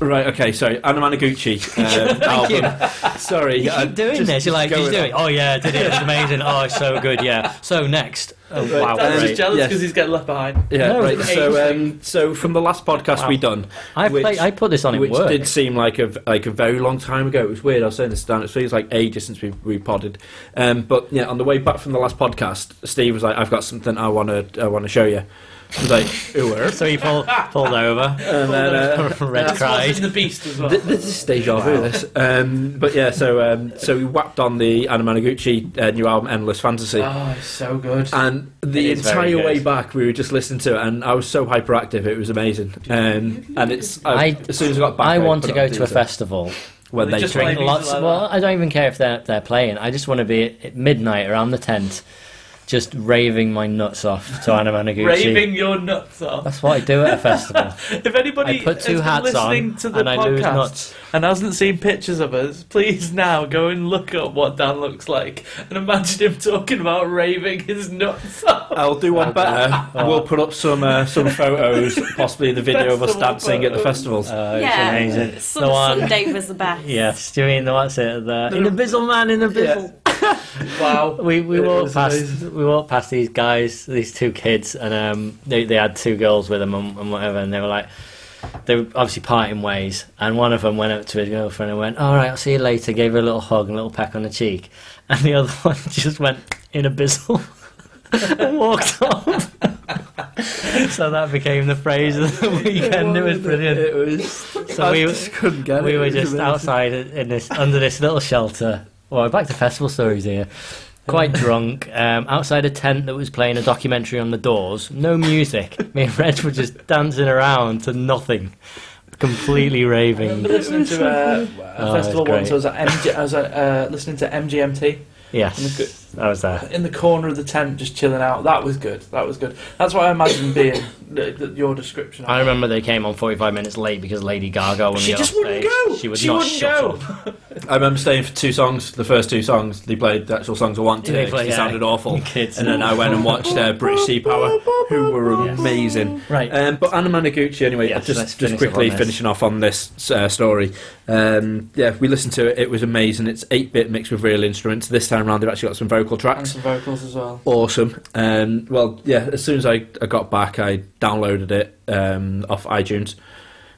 Right, okay, sorry. Anna Managuchi um, album. Sorry. You uh, keep doing just- this. You're like, just did you do going it? Oh yeah, I did it. It was amazing. Oh, it's so good. Yeah. So next. Oh wow. I was Right. just jealous Yes. because he's getting left behind Yeah, No, right. it's So, amazing. um, so from the last podcast we done, I which- play, I put this on at which work. did seem like a like a very long time ago. It was weird. I was saying this to Dan. It feels like ages since we we podded. Um, but yeah, on the way back from the last podcast, Steve was like, "I've got something I wanna I wanna show you." I was like, "Who were?" So he pulled pulled over. And then, uh, Red that's what's in cried. the beast as well Th- This is deja vu. This, um, but yeah. So um, so we whapped on the Anna Managuchi uh, new album, Endless Fantasy, oh it's so good and the It is very entire good. way back we were just listening to it, and I was so hyperactive. It was amazing. Um, and it's I, I- as soon as I got back, I want to put it on go to a Deezer, festival when They they just drink. play- Lots. like well, that. I don't even care if they're they're playing. I just want to be at midnight around the tent, just raving my nuts off to Anna Managuchi. Raving your nuts off. That's what I do at a festival. If anybody I put two has hats been listening on to the and I lose podcast nuts. and hasn't seen pictures of us, please now go and look up what Dan looks like and imagine him talking about raving his nuts off. I'll do one better. We'll put up some uh, some photos, possibly the video of us Festival dancing at the photos. festivals. Oh, it's yeah. amazing. Sun- the one, Sunday was the best. yes, do you mean the what's it? The in Abyssal man in Abyssal. Wow. We we It walked was past amazing. we walked past these guys, these two kids, and um, they they had two girls with them and, and whatever, and they were like. They were obviously parting ways, and one of them went up to his girlfriend and went, "All right, I'll see you later." Gave her a little hug, and a little peck on the cheek, and the other one just went in abyssal and walked off. so that became the phrase of the weekend. It was brilliant. It was. So I we- just couldn't get it. We It were was just amazing. outside in this under this little shelter. Well, back to festival stories here. Quite drunk, um, outside a tent that was playing a documentary on the Doors. No music. Me and Reg were just dancing around to nothing, completely I raving. remember listening to uh, a Oh, festival it's great. once. I was at, MG, I was at uh, listening to MGMT Yes, I was there. in the corner of the tent, just chilling out. That was good. That was good. That's what I imagine being th- th- your description. Of I it. remember they came on 45 minutes late because Lady Gaga wouldn't She get just off wouldn't stage. go. She would She not wouldn't shut go. up. I remember staying for two songs. The first two songs they played the actual songs I wanted. They They played, yeah. sounded awful. Kids. And then I went and watched uh, British Sea Power, who were amazing. Right. Um, but Anna Managuchi, anyway, Yes, let's just, finish just up quickly on this. finishing off on this uh, story. Um, yeah, we listened to it. It was amazing. It's 8 bit mixed with real instruments. This time around, they've actually got some vocal and tracks. some vocals as well. Awesome. Um, well, yeah, as soon as I, I got back, I downloaded it um, off iTunes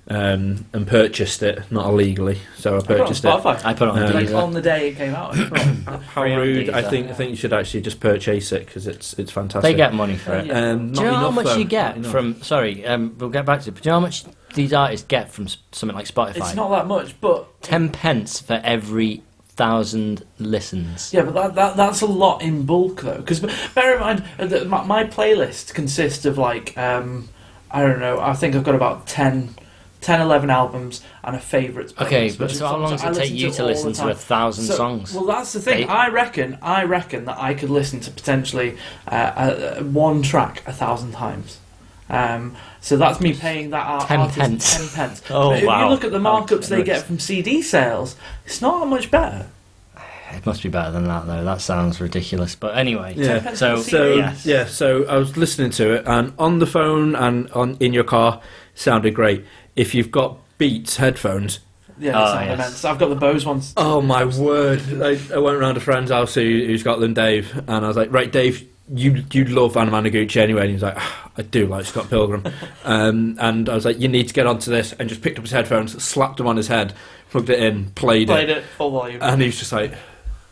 um, and purchased it, not illegally. So I I put it on purchased it. Spotify. I put it on Um, like Deezer. on the day it came out. I put it on. uh, How Free on rude! I Deezer. think I think you should actually just purchase it because it's it's fantastic. They get money for it. Yeah. Um, Do not you know how enough, much though. you Not get enough. from? Sorry, um, we'll get back to it. But do you know how much these artists get from s- something like Spotify? it's not that much, but ten pence for every thousand listens. Yeah, but that, that that's a lot in bulk though. Because bear in mind uh, that my, my playlist consists of like um, I don't know. I think I've got about 10, 10 11 albums and a favourites. Okay, playlist, but which is so how long songs does it I take you to all listen the to a time. thousand So- songs? Well, that's the thing. Eight. I reckon I reckon that I could listen to potentially uh, uh, uh, one track a thousand times. Um, so that's me paying that art- 10 artist pence. ten pence. Oh, But if wow. you look at the How markups they generous. get from CD sales, it's not that much better. It must be better than that, though. That sounds ridiculous. But anyway, Yeah. Ten pence So- for a So CD. Yes. yeah, so I was listening to it, and on the phone and on in your car sounded great. If you've got Beats headphones, Yeah, Ah, that sound yes. immense. I've got the Bose ones. oh my word! I, I went round a friend's house who, who's got them, Dave, and I was like, right, Dave, you you love Anna Managuchi anyway, and he was like, "Ah, I do like Scott Pilgrim, um, and I was like, you need to get onto this, and just picked up his headphones, slapped them on his head, plugged it in, played, it. Played it full volume. and he was just like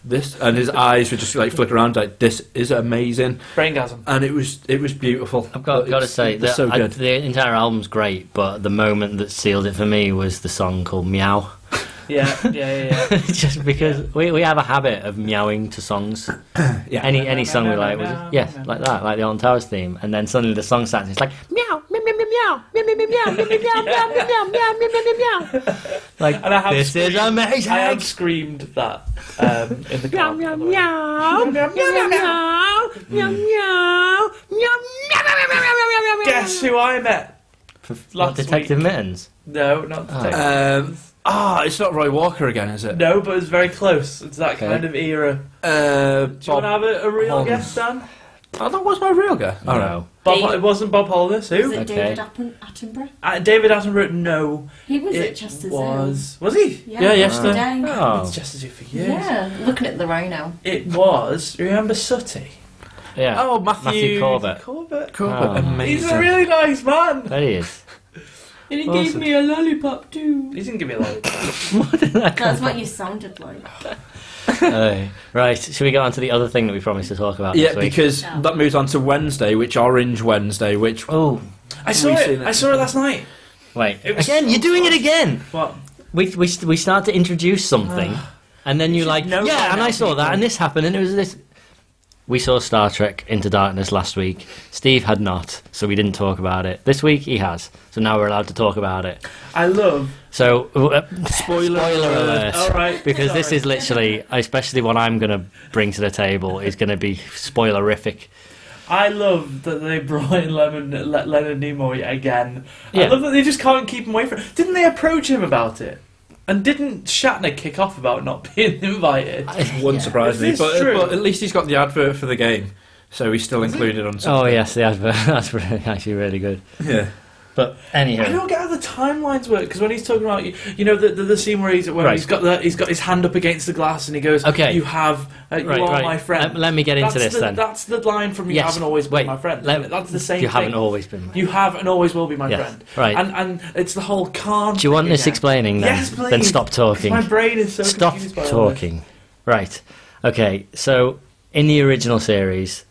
this and his eyes would just like flick around like this is amazing Braingasm. and it was it was beautiful I've got, got to say it's that so I- good the entire album's great, but the moment that sealed it for me was the song called "Meow." Yeah, yeah, yeah. yeah. Just because we, we have a habit of meowing to songs. yeah Any any song we like, we just, yes, like that, like the Alton Towers theme, and then suddenly the song starts. and It's like Meow, meow, meow, meow, meow, meow, meow, meow, meow, meow, meow, meow, meow, meow, meow, meow, meow. like And I have this is screamed- I amazing. have screamed that um, in the car. Meow, meow, meow. Meow, meow, meow. Meow, meow. Meow, meow, meow, meow, meow, meow, meow, meow, meow. Guess who I met? Like Last Detective week. Mittens. No, not Oh. detective. um, ah it's not Roy Walker again is it no, but it's very close. It's that Okay. kind of era. uh, Do you Bob want to have a, a real Holmes. guess, Dan? oh that was my real guy No. all right Bob, David- it wasn't Bob Holness. Was Who? it Okay. David Atten- Attenborough? Uh, David Attenborough. No, He was at it Chester Zoo. was. Was he? Yeah, Yeah, yesterday. yesterday. Oh, It's just as if for years. Yeah, looking at the rhino. It was. Remember Sooty? yeah. oh Matthew, Matthew Corbett. Corbett. Corbett, Oh. amazing He's a really nice man. There he is. And he gave Awesome. me a lollipop too. He didn't give me a lollipop. That's what you sounded like. Oh, right, should we go on to the other thing that we promised to talk about? yeah this week? because No. that moves on to Wednesday which Orange Wednesday which oh I saw We've seen it. that I saw it last night. wait, It was again, so you're doing it again. What? We we we start to introduce something, and then You you're should like, know by yeah, and now, I saw that, people. and this happened, and it was this. We saw Star Trek Into Darkness last week. Steve had not, so we didn't talk about it. This week he has, so now we're allowed to talk about it. I love. So, uh, spoiler, alert. alert. All right, Because this sorry. is literally, especially what I'm going to bring to the table, is going to be spoilerific. I love that they brought in Lemon, Le- Leonard Nimoy again. Yeah. I love that they just can't keep him away from. Didn't they approach him about it? And didn't Shatner kick off about not being invited? Wouldn't surprise Is me. this But, true? but at least he's got the advert for the game, so he's still included on Oh, something. yes, the advert. That's really, actually really good. yeah. But, I anyhow. don't get how the timelines work because when he's talking about you, you know the, the the scene where he's where Right. he's got the, he's got his hand up against the glass and he goes, Okay. you have uh, you Right, are right. my friend." Let- let me get into that's this the, then. That's the line from "You Yes, haven't always wait, been my friend." let- that's the same. You thing. haven't always been my You have and always will be my Yes, friend. right. And and it's the whole can't. Do you want thing this again. explaining then? Yes, please. Then stop talking. My brain is so Stop confused by all this. talking. Right. Okay. So in the original series,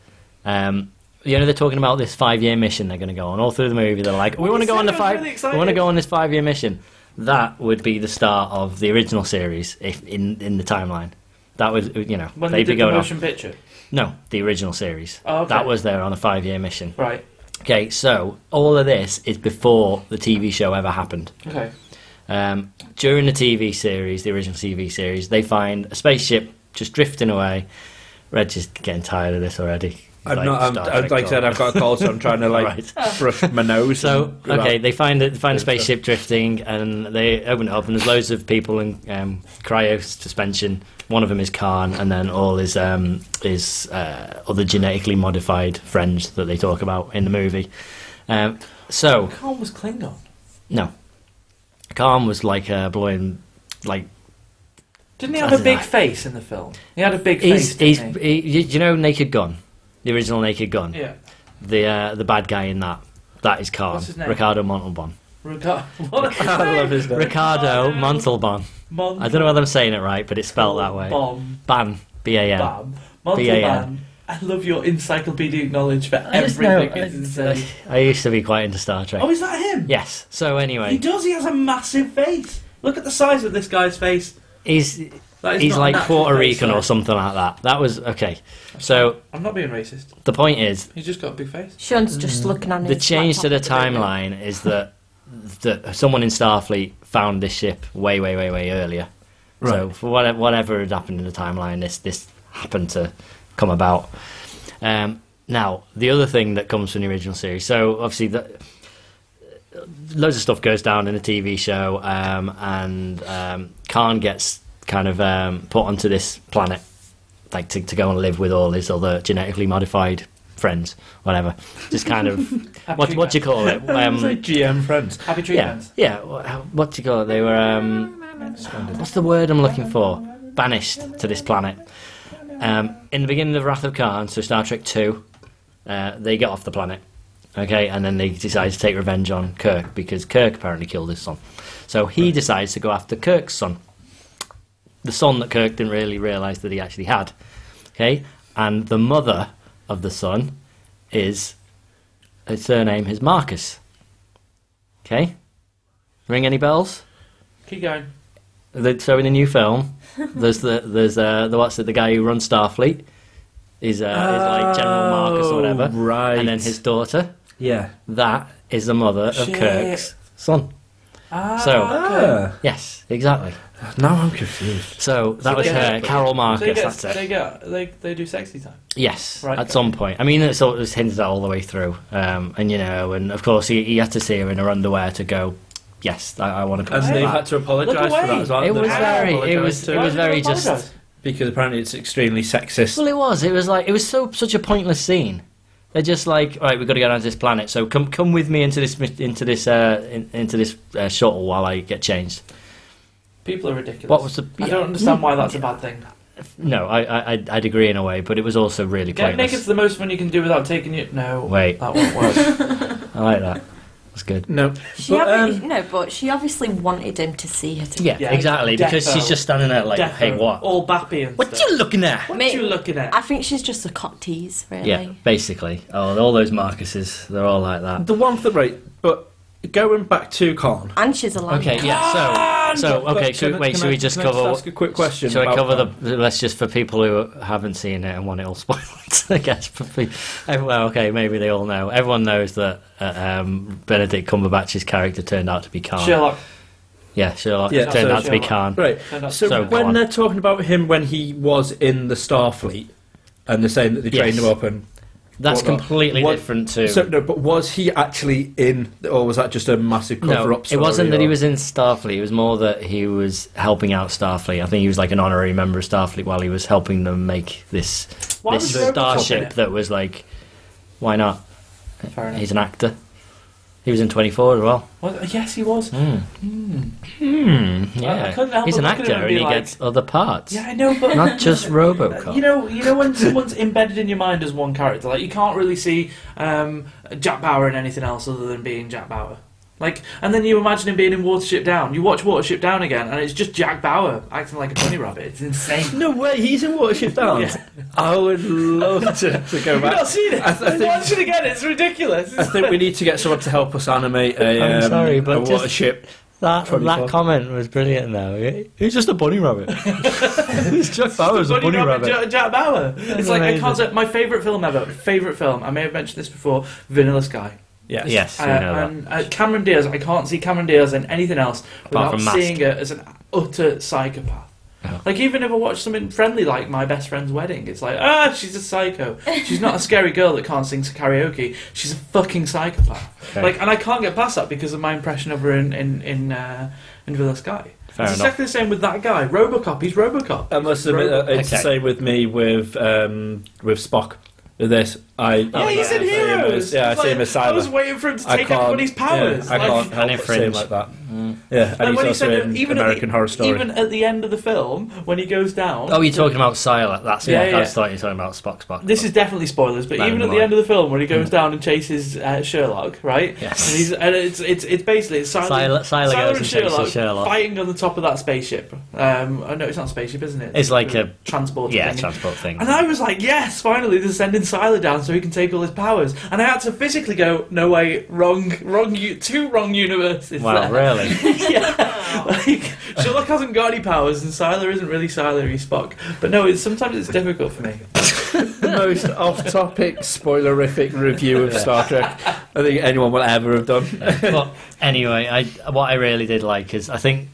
um, you know they're talking about this five-year mission they're going to go on all through the movie. They're like, we want to go on the I'm five. really excited. we want to go on this five-year mission. That would be the start of the original series if in in the timeline. That was you know When they they'd be did the going off. motion picture, No, the original series. Oh, okay. That was there on a five-year mission. right? Okay, so all of this is before the TV show ever happened. Okay. Um, during the TV series, the original TV series, they find a spaceship just drifting away. Reg is getting tired of this already. I'm Like not. I'm, Star I'm, Trek like I said, talk. I've got a cold, so I'm trying to like brush my nose. So and- okay, they find it, they find a Good stuff. spaceship drifting, and they open it up, and there's loads of people in um, cryo suspension. One of them is Khan, and then all his um, his uh, other genetically modified friends that they talk about in the movie. Um, so Khan was Klingon. no, Khan was like a blowing like Didn't he have a Doesn't big that- face in the film? He had a big He's, face. he's, didn't he, you you know Naked Gun, the original Naked Gun. he? yeah. The uh, the bad guy in that. That is Khan. What's his name? Ricardo Montalban. Rica- what a I love his name. Ricardo Ricardo. Montalban. Mon- I don't know whether I'm saying it right, but it's spelled that way. Bomb. Ban. B A N. Bam. Montalban. I love your encyclopedic knowledge for I just know- everything. It's insane. I used to be quite into Star Trek. Oh, is that him? Yes. So He anyway, does. He has a massive face. Look at the size of this guy's face. he's That is he's not a like natural Puerto face Rican or size. something like that. That was okay. So I'm not being racist. the point is, He's just got a big face. Sean's just looking at the change to the timeline is that that someone in Starfleet found this ship way, way, way, way earlier. So for whatever, whatever had happened in the timeline, this this happened to come about. Um, now the other thing that comes from the original series, so obviously the, loads of stuff goes down in the TV show, um, and um, Khan gets kind of um, put onto this planet, like to, to go and live with all his other genetically modified friends, whatever. Just kind of Happy what what do you call it? Um, GM friends. Happy yeah, treatments. yeah. wh- What do you call it? They were. Um, what's the word I'm looking for? Banished to this planet. Um, in the beginning of Wrath of Khan, so Star Trek Two, uh, they get off the planet. Okay, and then they decide to take revenge on Kirk because Kirk apparently killed his son. So he decides to go after Kirk's son, the son that Kirk didn't really realize that he actually had. Okay, and the mother of the son is her surname is Marcus. Okay, ring any bells? Keep going. The, so in the new film, there's the there's uh, the what's it the guy who runs Starfleet is uh, is like General Marcus or whatever, Oh, Right. and then his daughter yeah. that is the mother of Shit. Kirk's son. So Ah, yes, exactly. now I'm confused. So that was they her, get- Carol So they Marcus. get, that's it. they get, they they do sexy time. Yes, Right, at okay. some point. I mean, it's all, it's hinted at all the way through. Um, and you know, and of course, he, he had to see her in her underwear to go. Yes, I, I want to. And Hey. they've had to apologise for Look away. that as well. It They've was had to very- it apologise was- to- it Why was did they very just- apologise? because apparently it's extremely sexist. Well, it was. It was like it was so such a pointless scene. They're just like, all right, we've got to go down to this planet. So come, come with me into this, mi- into this, uh, in, into this uh, shuttle while I get changed. People are ridiculous. What was the? I don't understand why that's a bad thing. No, I, I, I'd- I'd agree in a way, but it was also really Getting pointless. naked's the most fun you can do without taking your. No. Wait. That won't work. I like that. That's good. no. She But, obvi- um, no, but she obviously wanted him to see her. To Yeah, Yeah, exactly. Because defo. she's just standing there like, Defo. hey, what? All bappy and What stuff. you looking at? What Mate, you looking at? I think she's just a cock tease, really. Yeah, basically. Oh, all those Marcuses, they're all like that. The one thing, right, but going back to Khan. And she's alive. Okay, yeah. So, so But okay. can Should, I- wait, can should I- we just can I cover? ask a quick question. Should I about cover Khan? the? Let's just for people who haven't seen it and want it all spoiled. I guess. For people, well, okay, maybe they all know. Everyone knows that uh, um, Benedict Cumberbatch's character turned out to be Khan. Sherlock. Yeah, Sherlock Yeah, turned so out to be Sherlock. Khan. Right. Turned out So, So, go on. when they're talking about him when he was in the Starfleet, and they're saying that they trained Yes. him up, and That's What not? completely What- different to. so no, but was he actually in, or was that just a massive cover-up? no, it story, wasn't that he or- was in Starfleet. It was more that he was helping out Starfleet. I think he was like an honorary member of Starfleet while he was helping them make this Why this was Robocop in starship it? that was like, why not? Fair enough. He's an actor. He was in 24 as well. What- yes, he was. Mm, I- I couldn't Hmm. yeah. help He's but an look at actor him and and be he like- gets other parts. Yeah, I know, but Not just Robocop. You know, you know when someone's embedded in your mind as one character, like you can't really see um, Jack Bauer in anything else other than being Jack Bauer. Like, and then you imagine him being in Watership Down. You watch Watership Down again, and it's just Jack Bauer acting like a bunny rabbit. It's insane. No way, he's in Watership Down. Yeah. I would love to, to go You've back. not seen it. I th- I think- Watch it again. It's ridiculous. I think we need to get someone to help us animate a, I'm um, sorry, a but just- Watership. That, 24. that comment was brilliant though. He's just a bunny rabbit. He's Jack Bauer's a bunny rabbit. Jack, Jack Bauer. It's like I amazing. can't say my favorite film ever. Favorite film. I may have mentioned this before. Vanilla Sky. Yes. Yes, Uh, we know that. and uh, Cameron Diaz, I can't see Cameron Diaz in anything else without from Mask. seeing her as an utter psychopath. Oh. Like even if I watch something friendly like My Best Friend's Wedding, it's like ah, she's a psycho. She's not a scary girl that can't sing to karaoke. She's a fucking psychopath. Okay. Like, and I can't get past that because of my impression of her in in in, uh, in Villa Sky. Fair it's enough. exactly the same with that guy, RoboCop. He's RoboCop. I must admit, uh, it's the Okay. same with me with um, with Spock. With this, I Oh, yeah, he's in I see him Heroes. as- yeah, I It's see him like, as I was Silent. waiting for him to I take can't- everybody's yeah, powers. I Like, can't And help but see him infringe. like that. Yeah, and Like when he he's also said that in even at American the- Horror Story. Even at the end of the film, when he goes down. Oh, you're talking about Silent. That's Yeah, yeah, yeah, I yeah. thought you were talking about Spock. Spock. This is definitely spoilers, but Never even at the mind. end of the film, when he goes down and chases uh, Sherlock, right? Hmm. Yes. And, he's, and it's, it's it's basically it's Silent, Sila, Sila Silent goes and chases Sherlock. fighting on the top of that spaceship. Um, oh no, it's not a spaceship, isn't it? It's like a- transport. Yeah, thingy. transport thing. And I was like, yes, finally they're sending Sila down so he can take all his powers. And I had to physically go, no way, wrong, wrong, u- two wrong universes. Wow, there. really? yeah. Like, Sherlock hasn't got any powers, and Sila isn't really Sila, he's Spock. But no, it's, sometimes it's difficult for me. the most off-topic, spoilerific review of Star Trek I think anyone will ever have done. but anyway, I what I really did like is I think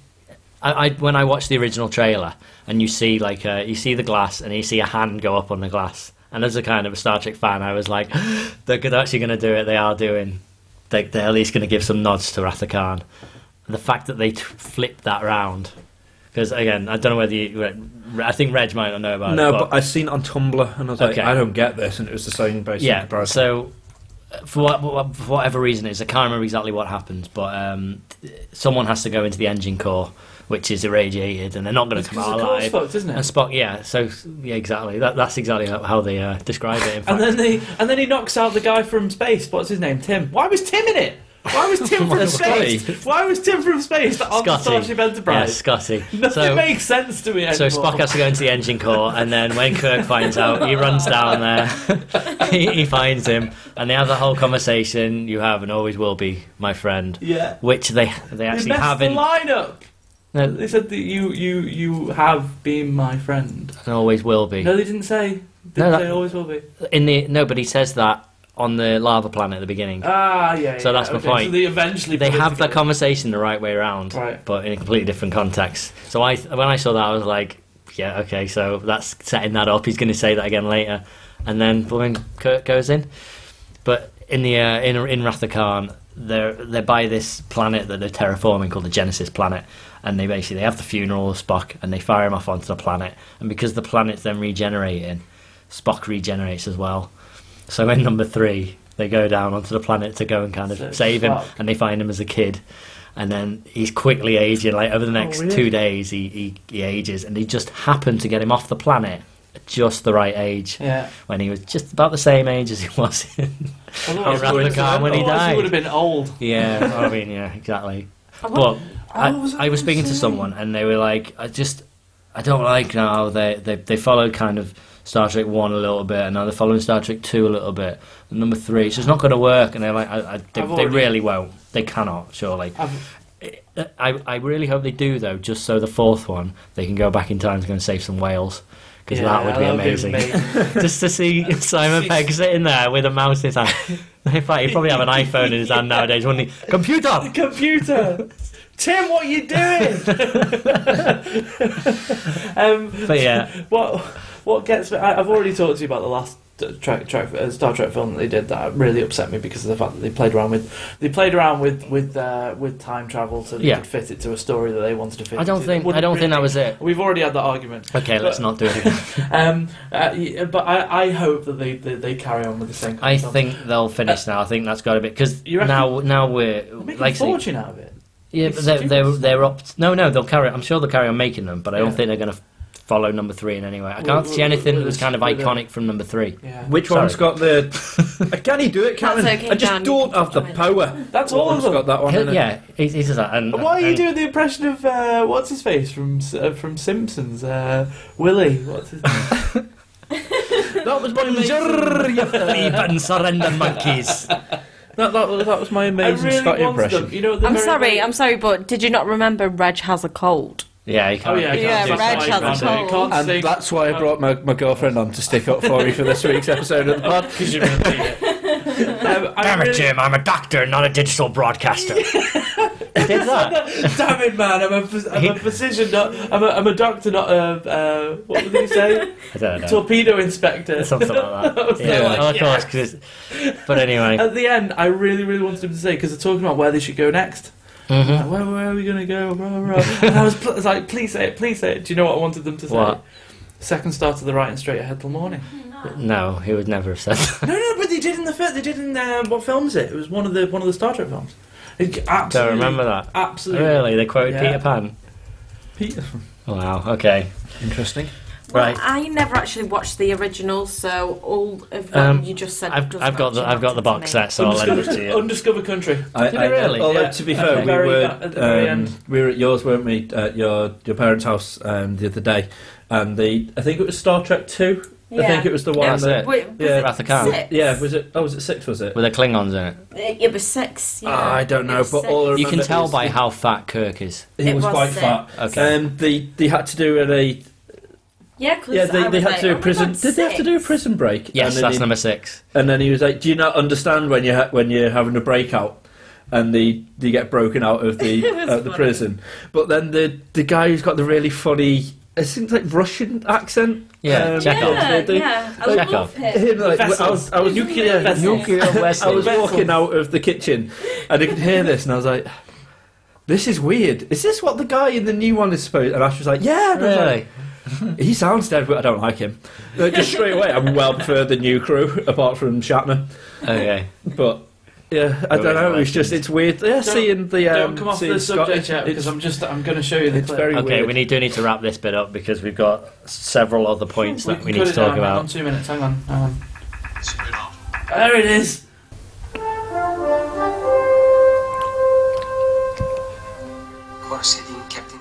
I, I when I watched the original trailer and you see like uh, you see the glass and you see a hand go up on the glass and as a kind of a Star Trek fan, I was like, they're good- actually going to do it. They are doing. They, they're at least going to give some nods to Ratha Khan. The fact that they t- flipped that round. Because again, I don't know whether you. I think Reg might not know about it. No, but I've seen it on Tumblr, and I was Okay. like, I don't get this, and it was the same basic yeah. comparison. So, uh, for, what, what- for whatever reason it is, I can't remember exactly what happens, but um, th- someone has to go into the engine core, which is irradiated, and they're not going It's to 'cause come out the core's alive. fucked, isn't And it? Spock, yeah, so yeah, exactly. That, that's exactly how, how they uh, describe it. In fact. And then they, and then he knocks out the guy from space. What's his name? Tim. Why was Tim in it? Why was Tim from Scotty. space? Why was Tim from space on the Scotty. Starship yeah, Enterprise? Scotty. Nothing So, makes sense to me so anymore. Spock has to go into the engine core, and then when Kirk finds out, he runs down there. he, he finds him, and they have that whole conversation you have and always will be, my friend, yeah. which they they They messed actually the haven't. lineup. no, They said that you, you, you have been my friend. and always will be. No, they didn't say. Did No, that- they always will be? In the no, but he says that on the lava planet at the beginning. Ah, yeah. So yeah, that's my okay. So point. they eventually they put it have the together. conversation the right way around, Right. but in a completely different context. So I, when I saw that, I was like, yeah, okay. So that's setting that up. He's going to say that again later, and then blooming Kirk goes in. But in the uh, in in Rathakarn, they're they're by this planet that they're terraforming called the Genesis planet, and they basically they have the funeral of Spock and they fire him off onto the planet, and because the planet's then regenerating, Spock regenerates as well. So in number three, they go down onto the planet to go and kind of So save him, Spock. and they find him as a kid. And then he's quickly aging. Like over the next really? two days, he, he, he ages, and they just happen to get him off the planet at just the right age Yeah. when he was just about the same age as he was in Otherwise, Rathakarn otherwise when he He died. would have been old. Yeah, I mean, yeah, exactly. I But I, was I was speaking to saying? someone, and they were like, "I just, I don't like now. They, they, they follow kind of Star Trek One a little bit, and now they're following Star Trek Two a little bit. And number three, so it's not going to work. And they're like, I, I, they, I've they already- really won't. They cannot surely. I've, I, I really hope they do though, just so the fourth one they can go back in time to go and save some whales because that would be amazing. just to see Simon Pegg sitting there with a mouse in his hand. In fact, he'd probably have an iPhone in his hand nowadays, wouldn't he? Computer. Computer, Tim, what are you doing? um, But yeah, what what gets me? I, I've already talked to you about the last uh, track, track, uh, Star Trek film that they did that really upset me because of the fact that they played around with they played around with with uh, with time travel so they Yeah. could fit it to a story that they wanted to fit. I it don't to. think I Wouldn't don't think that really- was it. We've already had that argument. Okay, let's But- not do it. Again. Um, uh, y- but I, I hope that they, they, they carry on with the same. Kind I of stuff. think they'll finish now. I think that's got to be because You reckon- now now we're They're making like I a say- fortune out of it. yeah, but they're they're, Excuse. they're opt. No, no, they'll carry. I'm sure they'll carry on making them, but I don't Yeah. think they're going to follow number three in any way. I Well, can't see well, anything well, that was kind of well, iconic from number three. Yeah. Which Sorry. one's got the? can he do it, Cameron? That's okay, I just Dan, you don't can have the join. power. That's all of One's them. got that one. He'll- innit? yeah, he, he says that. And, Why are you and- doing the impression of uh, what's his face from S- uh, from Simpsons? Uh, Willie. What's his name? That was Bonjour, you flea and surrender monkeys. That, that, that was my amazing I really Scott want impression. Them. You know, the I'm very- sorry, I'm sorry, but did you not remember Reg has a cold? Yeah, you Oh can't. yeah, I you Yeah, can't do can't Reg say- something has a like can't that. say- cold. can't And say- that's why I brought my, my girlfriend on to stick up for me for this week's episode of the pod. Because you remember it. Um, I Damn it, really- Jim! I'm a doctor, not a digital broadcaster. he did that. Damn it, man! I'm a, phys- I'm a physician, not I'm a, I'm a doctor, not a uh, what did he say? I don't know. Torpedo inspector. Something like that. yeah, like, Oh, of course, 'cause it's- But anyway, At the end, I really, really wanted him to say because they're talking about where they should go next. Mhm. Like, where, where are we going to go? Blah, blah, blah. and I was, pl- I was like, please say it, please say it. Do you know what I wanted them to say? What? Second star to the right and straight ahead till morning. no, he would never have said that. no, no, but they did in the film. They did in um, what film is it? It was one of the one of the Star Trek films. It, Don't absolutely, remember that. Absolutely. Really, they quoted Yeah. Peter Pan. Peter. Wow. Okay. Interesting. Right. Well, I never actually watched the original, so all of what Um, you just said. I've, doesn't I've got the actually I've got the matter to box me. set, so I'll lend it to Undiscovered, you. Undiscovered Country. I, Did it really? although Yeah. to be At fair, the we very- were at the very um, end. we were at yours, weren't we? At your your parents' house um, the other day, and the I think it was Star Trek Two. I Yeah. think it was the one Yeah, that's that. Wait, was Yeah. it Wrath of Khan. six? Yeah, was it? Oh, was it six? Was it? With the Klingons in it, It it was six. Yeah. Ah, I don't It know, was but six. all I you can remember tell is by the- how fat Kirk is. he It was was quite six. fat. Okay. Um, they they had to do a Yeah, 'cause yeah I they, was they had to like, oh do a my prison. God, Did they have to six. do a prison break? Yes, And then that's he- number six. And then he was like, "Do you not understand when you ha- when you're having a breakout?" And they, they get broken out of the It was out of the funny. prison. But then the the guy who's got the really funny, it seems like Russian accent. Yeah, um, Chekhov. Yeah, they- yeah. I Chekhov. love him. Him, like, Vessels. I was, I was, Nuclear yeah, vessels. nuclear I was walking out of the kitchen, and I could hear this, and I was like, "This is weird. Is this what the guy in the new one is supposed?" And Ash was like, "Yeah." And I was like, Really? He sounds dead, but I don't like him. Like, just straight away, I well prefer the new crew, apart from Shatner. Okay. But yeah, I Go don't know. ahead, It's just it's weird. Yeah, seeing the um, Don't come off seeing the subject Scottish- yet because it's, I'm just I'm going to show you the it's clip. very Okay, weird. we need, do need to wrap this bit up because we've got several other points that we can need cut to it down. talk Hang on about. two minutes. Hang on. Hang on. There it is. Course heading, Captain.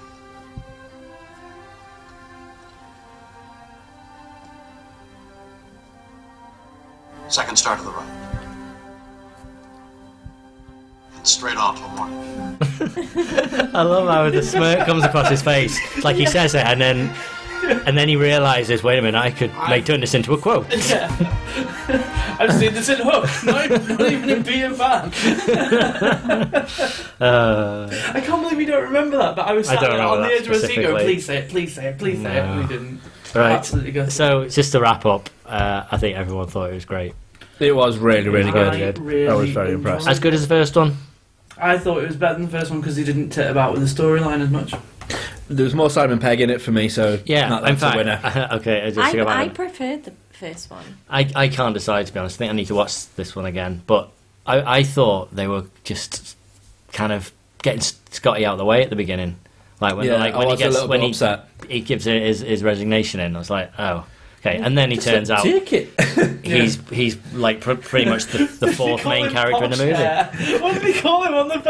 Second star to the right. And straight on till morning. I love how the smirk comes across his face. It's like he says it, and then and then he realizes, wait a minute, I could make turn this into a quote. I've seen this in Hook. Not even, not even a beer van. Uh, I can't believe you don't remember that. But I was I sat don't there remember on the that edge of my seat going, specifically. "Please say it, please say it, please say it." And we No. didn't. right. Absolutely good. So just to wrap up, uh, I think everyone thought it was great. It was really, really good. I I was really very impressed. As good as the first one. I thought it was better than the first one because he didn't tit about with the storyline as much. There was more Simon Pegg in it for me, so Yeah, that- in that's fact, a winner. okay. Just to I, go back I on- preferred the first one. I, I can't decide to be honest. I think I need to watch this one again. But I, I thought they were just kind of getting S- Scotty out of the way at the beginning. Like when yeah, like I when he was a gets little when bit he, upset. he gives his, his resignation in, I was like, oh, okay. And then he turns out Take it. he's he's like pr- pretty much the, the They fourth call main him character in the Posh movie. there. What did they call him on the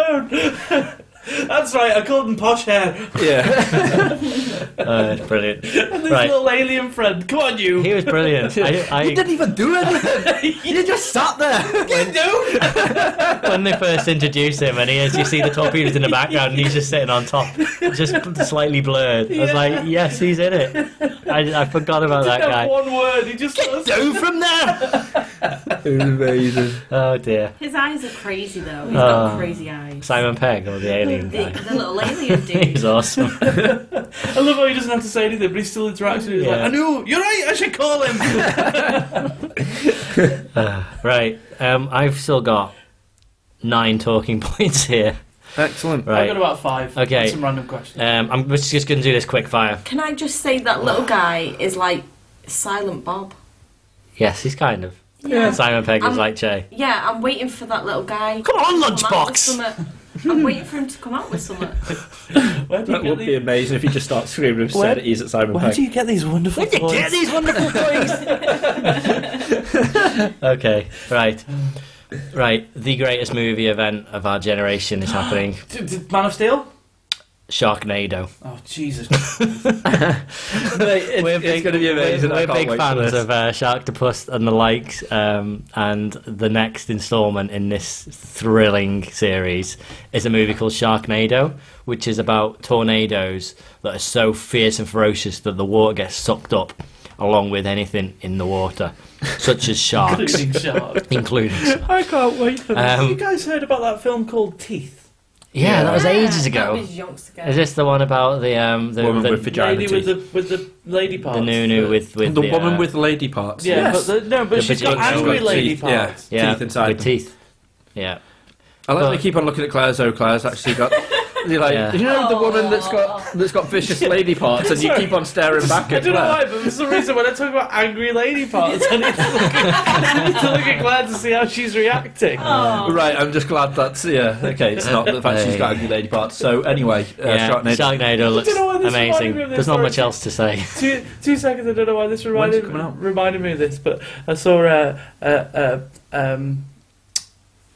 phone? That's right, I called him Posh Hair. Yeah. Uh, brilliant. And this Right. little alien friend. Come on, you. He was brilliant. I, I, even do anything. you just sat there. You do? when they first introduced him, and he, as you see the torpedoes in the background, and he's just sitting on top, just slightly blurred. I was Yeah. like, yes, he's in it. I, I forgot about that That guy. one word. He just sort of- Go from there. it was amazing. Oh dear, His eyes are crazy though. He's Oh. got crazy eyes. Simon Pegg or the alien The, guy. the little alien He's dude. awesome. I love how he doesn't have to say anything, but he still interacts with you. He's Yeah. like, I knew, you're right, I should call him. Right, um, I've still got nine talking points here. Excellent. I've got Right, about five. Okay. and Some random questions. um, I'm just going to do this quick fire. Can I just say that little guy is like Silent Bob? Yes, he's kind of. Yeah. Simon Pegg is Um, like Jay. Yeah, I'm waiting for that little guy. Come on, to come out with lunchbox. something. I'm waiting for him to come out with something. Where do you That get would be the- amazing if he just starts screaming obscenities at Simon where Pegg. do you get these wonderful toys? these wonderful toys? okay, right. Right, the greatest movie event of our generation is happening D- d- Man of Steel? Sharknado. Oh, Jesus. Mate, it's it's going to be amazing. We're, I we're can't big wait for fans this. of uh, Sharktopus and the likes, um, and the next instalment in this thrilling series is a movie called Sharknado, which is about tornadoes that are so fierce and ferocious that the water gets sucked up along with anything in the water, such as sharks, Including Shark. including. sharks. I can't wait for this. Um, you guys heard about that film called Teeth? Yeah, that was ages ago. That was yonks ago. Is this the one about the um the Woman the, with vagina lady with the, with the lady parts. the nunu with with the the, woman uh, with lady parts. Yeah, but yes. the, no, but The she's got vagina. angry She's got lady teeth, parts. yeah, teeth inside with them. Uh, teeth? Yeah, I like but- to keep on looking at Claire's. Oh, Claire's actually got. You're like, Yeah. you know, the woman that's got that's got vicious lady parts, and you Sorry. keep on staring back I at don't know Claire. why, but for some reason, when I talk about angry lady parts, I need to look at, I need to look at Claire to see how she's reacting. Oh. Right, I'm just glad that's yeah. Okay, it's not the fact she's got angry lady parts. So anyway, uh, yeah. Sharknado. Sharknado looks know why this amazing. reminded me of this There's not much origin. else to say. two, two seconds. I don't know why this When's it reminded coming out? reminded me of this, but I saw a a, a, um,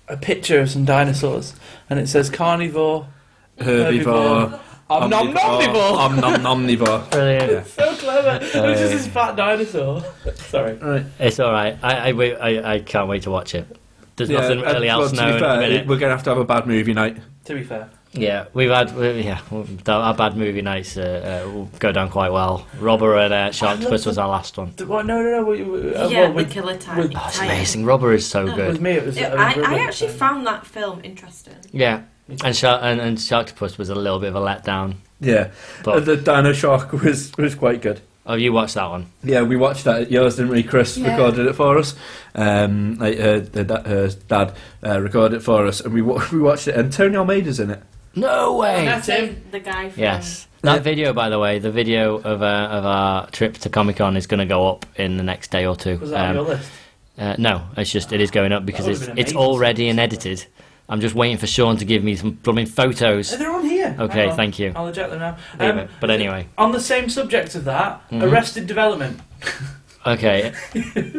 a picture of some dinosaurs, and it says carnivore. Herbivore. I'm nom omnivore. Om nom omnivore. Brilliant. So clever. It was Uh, just this fat dinosaur. Sorry. Right. It's all right. I I, wait, I I can't wait to watch it. There's nothing and- really well, else to be known at the fair, minute. We're going to have to have a bad movie night. To be fair, Yeah, we've had we- yeah the- our bad movie nights uh, uh, go down quite well. Robber and uh, Sharktopus was our last one. D- what, no, no, no. We, we, uh, yeah, well, the with, killer time. with- Oh, it's amazing. Robber is so with good. me, it was. uh, Um, it was I, I rubber. actually found that film interesting. Yeah, and Shark and, and Sharktopus was a little bit of a letdown. Yeah, But the Dino Shark was was quite good. oh, you watched that one? Yeah, we watched that at yours, didn't we? Chris Yeah. recorded it for us. Um, like, uh, her, da- her dad uh, recorded it for us, and we wa- we watched it. And Tony Almeida's in it. No way. That's him. The guy from Yes. Yeah. That video, by the way, the video of, uh, of our trip to Comic Con is going to go up in the next day or two. Was that on Um, your list? uh, no, it's just it is going up because That it's would've been it's amazing. already unedited. I'm just waiting for Sean to give me some blooming Uh, photos. They're on here. Okay, Hang on. thank you. I'll eject them now. Leave Oh. Um, it. But anyway, on the same subject of that, Mhm. Arrested Development. okay.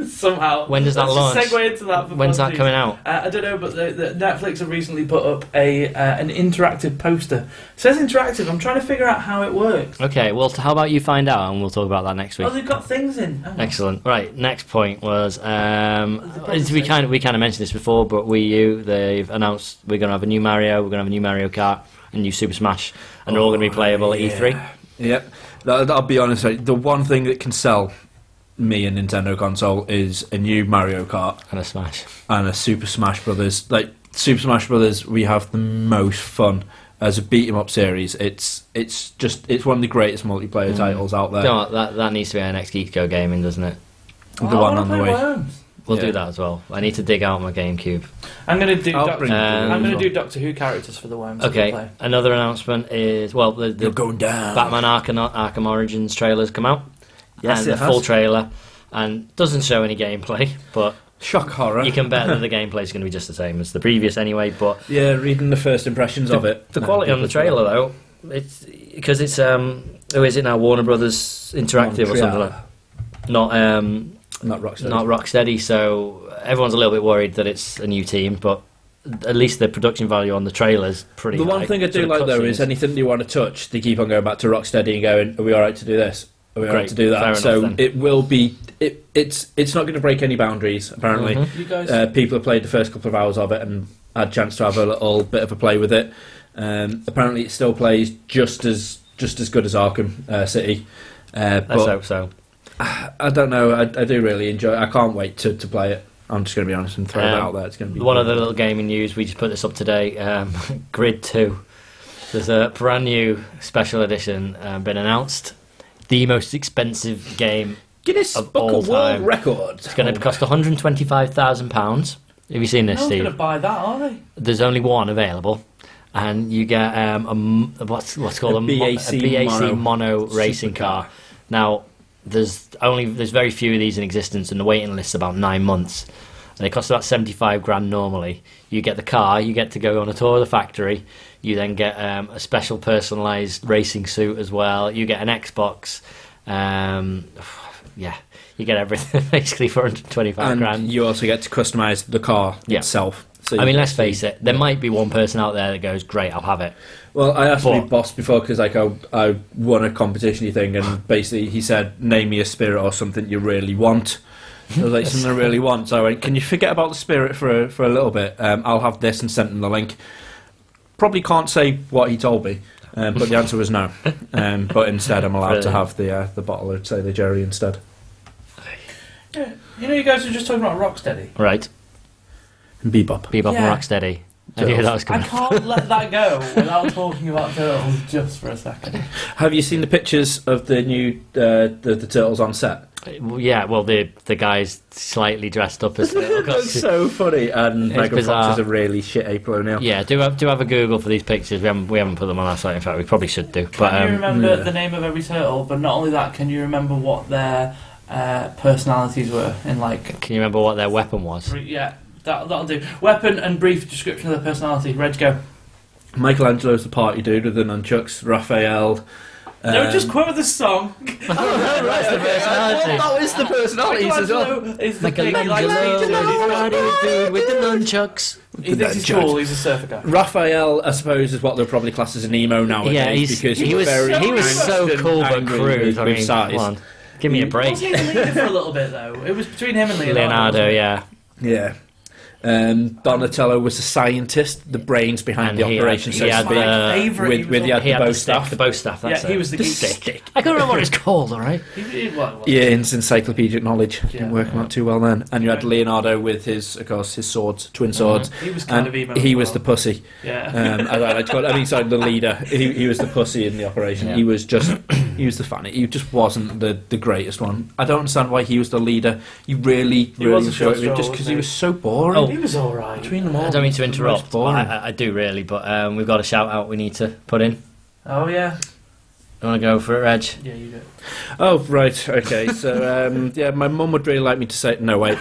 Somehow. When does that Let's just launch? Segue into that. For When's that Podbean. coming out? Uh, I don't know, but the, the Netflix have recently put up a uh, an interactive poster. It says interactive. I'm trying to figure out how it works. Okay. Well, how about you find out and we'll talk about that next week. Oh, they've got things in. Oh. Excellent. Right. Next point was um, The as we proposition. kind of, we kind of mentioned this before, but Wii U they've announced we're going to have a new Mario, we're going to have a new Mario Kart, a new Super Smash, and they're all Oh, going to be playable at E E3. Yep. That, I'll be honest. Like, the one thing that can sell me a Nintendo console is a new Mario Kart And a Smash. and a Super Smash Brothers. Like Super Smash Brothers, we have the most fun as a beat 'em up series. It's it's just it's one of the greatest multiplayer Mm. titles out there. You know what, that that needs to be our next Geeko gaming, doesn't it? The Oh, I one wanna on the play way. Worms. We'll Yeah. do that as well. I need to dig out my GameCube. I'm gonna do. I'll Doc- bring it to Um, you I'm as gonna well. do Doctor Who characters for the Worms. to Okay. play. Another announcement is well the, the You're going down. Batman Arkham, Arkham Origins trailers come out. Yes, and it the full has. trailer, and doesn't show any gameplay, but Shock horror. you can bet that the gameplay is going to be just the same as the previous anyway. But Yeah, reading the first impressions of it. The No, quality on the it's not. trailer, though, it's because it's um, who is it now? Warner Brothers Interactive or something like that. Not um, Not Rockstar. not Rocksteady. So everyone's a little bit worried that it's a new team, but at least the production value on the trailers pretty. The high. one thing I do So the like though cutscenes- is anything you want to touch, they keep on going back to Rocksteady and going, "Are we all right to do this? Are we all right Great, to do that?" fair so enough then. it will be. It, it's it's not going to break any boundaries. Apparently, Mm-hmm. You guys, uh, people have played the first couple of hours of it and had a chance to have a little bit of a play with it. Um, apparently, it still plays just as just as good as Arkham uh, City. Uh, Let's but hope so. I don't know. I, I do really enjoy. it. I can't wait to, to play it. I'm just going to be honest and throw that Um, out there. It's going to be One other little gaming news. We just put this up today. Um, Grid Two. There's a brand new special edition um, been announced. The most expensive game. Guinness of Book all of World time. Records. It's going to cost 125,000 pounds. Have you seen no this, one's Steve? going to buy that, are they? there's only one available, and you get um, a m- what's what's called A a, mo- BAC BAC mono. mono, racing Supercar. car. Now, there's only there's very few of these in existence, and the waiting list's about nine months, and it costs about seventy five grand normally. You get the car, you get to go on a tour of the factory, you then get um, a special personalised racing suit as well. You get an Xbox, um, yeah, you get everything basically for hundred twenty five and grand. you also get to customize the car Yeah. itself. So I mean, let's face it. There might be one person out there that goes, "Great, I'll have it." well, I asked my but- boss before because like I, I won a competitiony thing, and basically he said, "Name me a spirit or something you really want." I was like, "Something I really want." So I went, "Can you forget about the spirit for a, for a little bit? Um, I'll have this," and sent him the link. Probably can't say what he told me, um, but the answer was no. Um, but instead, I'm allowed to Brilliant. have the uh, the bottle of say the Jerry instead. Yeah. You know, you guys were just talking about Rocksteady. Right, Bebop. Bebop Yeah. and Rocksteady. I knew that was I coming. can't let that go without talking about turtles just for a second. Have you seen the pictures of the new uh, the, the turtles on set? Well, Yeah, well, the the guy's slightly dressed up as. That's so funny. And It's Megan bizarre. Fox is a really shit April O'Neil. yeah, do have do have a Google for these pictures. We haven't we haven't put them on our site. In fact, we probably should do. But can you um, remember yeah. the name of every turtle? But not only that, can you remember what their uh, personalities were in like? can you remember what their weapon was? three- Yeah, that, that'll do. Weapon and brief description of their personality. Reg, go. Michelangelo's the party dude with the nunchucks. Raphael. no, um, just quote the song. That's the personality. Well, that is the personalities as well. Michelangelo is the thing he likes to do. Michelangelo, party dude with the nunchucks. He thinks he's cool. He's a surfer guy. Raphael, I suppose, is what they'll probably class as an emo nowadays Yeah, he's, because he was very he was so angst and cool but angry crude. with- I with mean, size. Mm. come on, give me a break. Was he the leader for a little bit though? It was between him and Leonardo. Leonardo, wasn't it? yeah. Yeah. Um, Donatello was the scientist, the brains behind And the he had- operation, he so to had speak, the- My favourite. with- he was with the on- other- He had the, bow stick, staff. the bow staff. That's yeah, it. he was the, the geek. stick. I can't remember what it's called. All right. He, he, well, well. Ian's encyclopedic knowledge Yeah. didn't work him out too well then. And you had Right. Leonardo with his, of course, his swords, twin swords. He was Mm-hmm. kind And of emo. he as was the well. pussy. Uh, yeah. Um, as I like to call it. I mean, sorry, the leader. He, he was the pussy in the operation. Yeah. He was just, he was the funny. He just wasn't the, the greatest one. I don't understand why he was the leader. You really, He really was a short enjoyed him just straw, wasn't because he he? Oh. was so boring. he was all right. Between them all, oh. I don't mean he to was the most interrupt. but boring. I, I- I do really, but um, we've got a shout out we need to put in. Oh yeah, You want to go for it, Reg? yeah, you do. it. Oh right, okay. So um, yeah, my mum would really like me to say no. Wait,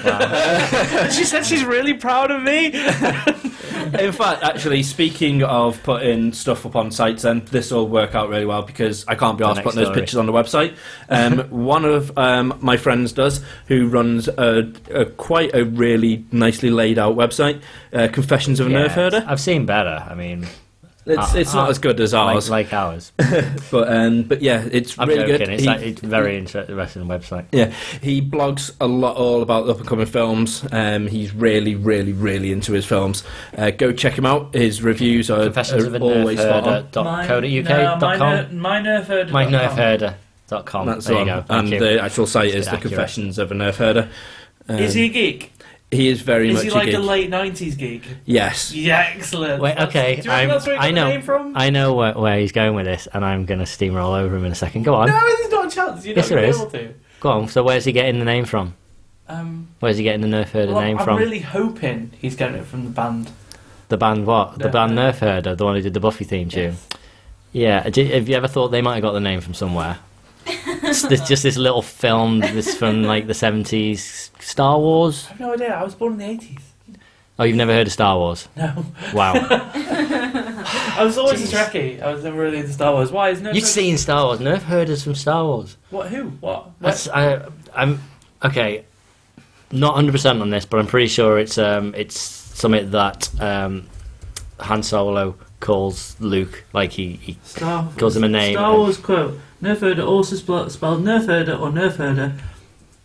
she said she's really proud of me. In fact, actually, speaking of putting stuff up on sites, then this will work out really well because I can't be asked next putting those story. pictures on the website. Um, one of um, my friends does, who runs a, a quite a really nicely laid out website, uh, Confessions of a Yeah, Nerf Herder. I've seen better. I mean, It's, Uh, it's not uh, as good as ours, like, like ours. but um, but yeah, it's I'm really joking. good. It's, He- like, it's very interesting website. Yeah, he blogs a lot all about up and coming films. Um, he's really, really, really into his films. Uh, go check him out. His reviews are, Confessions are of a always spot on. Mine- nerfherder.co.uk. no, my dot ner- my nerfherder. com. My dot com. nerfherder.com. That's Oh, There you the go. one. Thank And you. the actual site is Just the accurate. Confessions of a Nerf Herder. Um, Is he a geek? He is very Is much he like a geek. a late '90s geek? yes. Yeah, excellent. Wait, That's- okay, Do you reckon I'm- that's where he got I know. the name from? I know where, where he's going with this, and I'm going to steamroll over him in a second. Go on. no, there's not a chance. You're Yes, not there gonna is. be able to. Go on. So, where's he getting the name from? Um, Where's he getting the Nerf Herder well, I'm- name I'm from? really hoping he's getting it from the band. The band what? The Nerf band Herder. Nerf Herder, the one who did the Buffy theme tune. Yes. Yeah. do- have you ever thought they might have got the name from somewhere? It's this- just this little film that's from like the 70s. Star Wars? I have no idea. I was born in the '80s. Oh, you've never heard of Star Wars? No, Wow. I was always Jeez. a Trekkie. I was never really into Star Wars. Why is nerfherder? You've seen Star Wars. Nerf Herders from Star Wars. what? Who? What? That's, I, I'm okay. Not hundred percent on this, but I'm pretty sure it's um, it's something that um, Han Solo calls Luke, like he, he Star, Calls him a name. Star Wars quote: Nerf herder, also spelled, spelled nerf herder or nerf herder,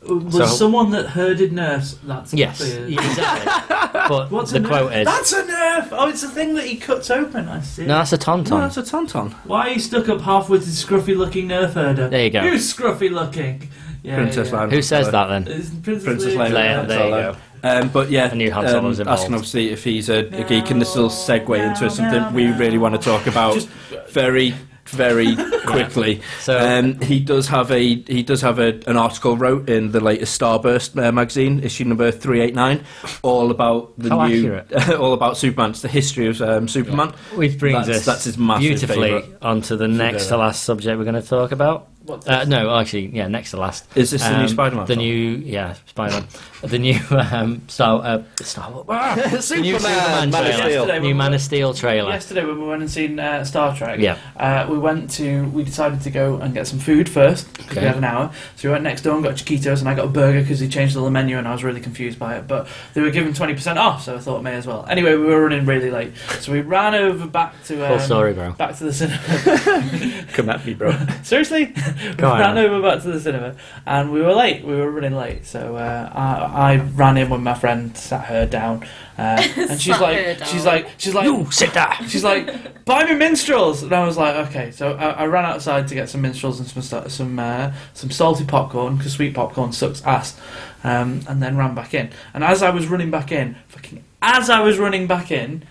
Uh, was So- someone that herded nerfs. That's yes, clear. yeah, exactly. but What's the a nerf? quote is That's a nerf. Oh, it's the thing that he cuts open. I see. no, that's a No, tauntaun. that's a tauntaun. Why he stuck up half with his scruffy looking nerf herder? There you go. Who's scruffy looking? Yeah, Princess yeah. Leia. Who says that then? It's Princess, Princess Leia. Leia. Leia, there you go. Um, but yeah, I knew Han Solo um, was involved. asking obviously if he's a, a geek, and this will segue into something no, we no. really want to talk about Just- very, very quickly. So Um, he does have a he does have a, an article wrote in the latest Starburst uh, magazine, issue number three eight nine, all about the How new, all about Superman. It's the history of um, Superman. which brings that's- us that's his massive beautifully favourite. onto the next to last subject we're going to talk about. What's Uh, no, actually, yeah, next to last. Is this the new Um, Spider-Man? The film? new, yeah, Spider-Man. the new um, Star, uh, Star Wars. the new Superman Superman, Man of trailer. Steel. Yesterday New when- Man of Steel trailer. Yesterday when we went and seen uh, Star Trek, Yeah. uh, we went to we decided to go and get some food first 'cause Okay. we had an hour. So we went next door and got Chiquitos, and I got a burger because he changed the little menu, and I was really confused by it. But they were giving twenty percent off, so I thought may as well. Anyway, we were running really late, so we ran over back to. Full Um, story, bro. Back to the cinema. Come at me, bro. Seriously, we on. ran over back to the cinema, and we were late. We were running late, so uh, I, I ran in when my friend sat her down, uh, and she's Sat her like, down. she's like, she's like, sit down. She's like, "Buy me minstrels," and I was like, "Okay." So I, I ran outside to get some minstrels and some sta- some uh, some salty popcorn because sweet popcorn sucks ass, um, and then ran back in. And as I was running back in, fucking as I was running back in,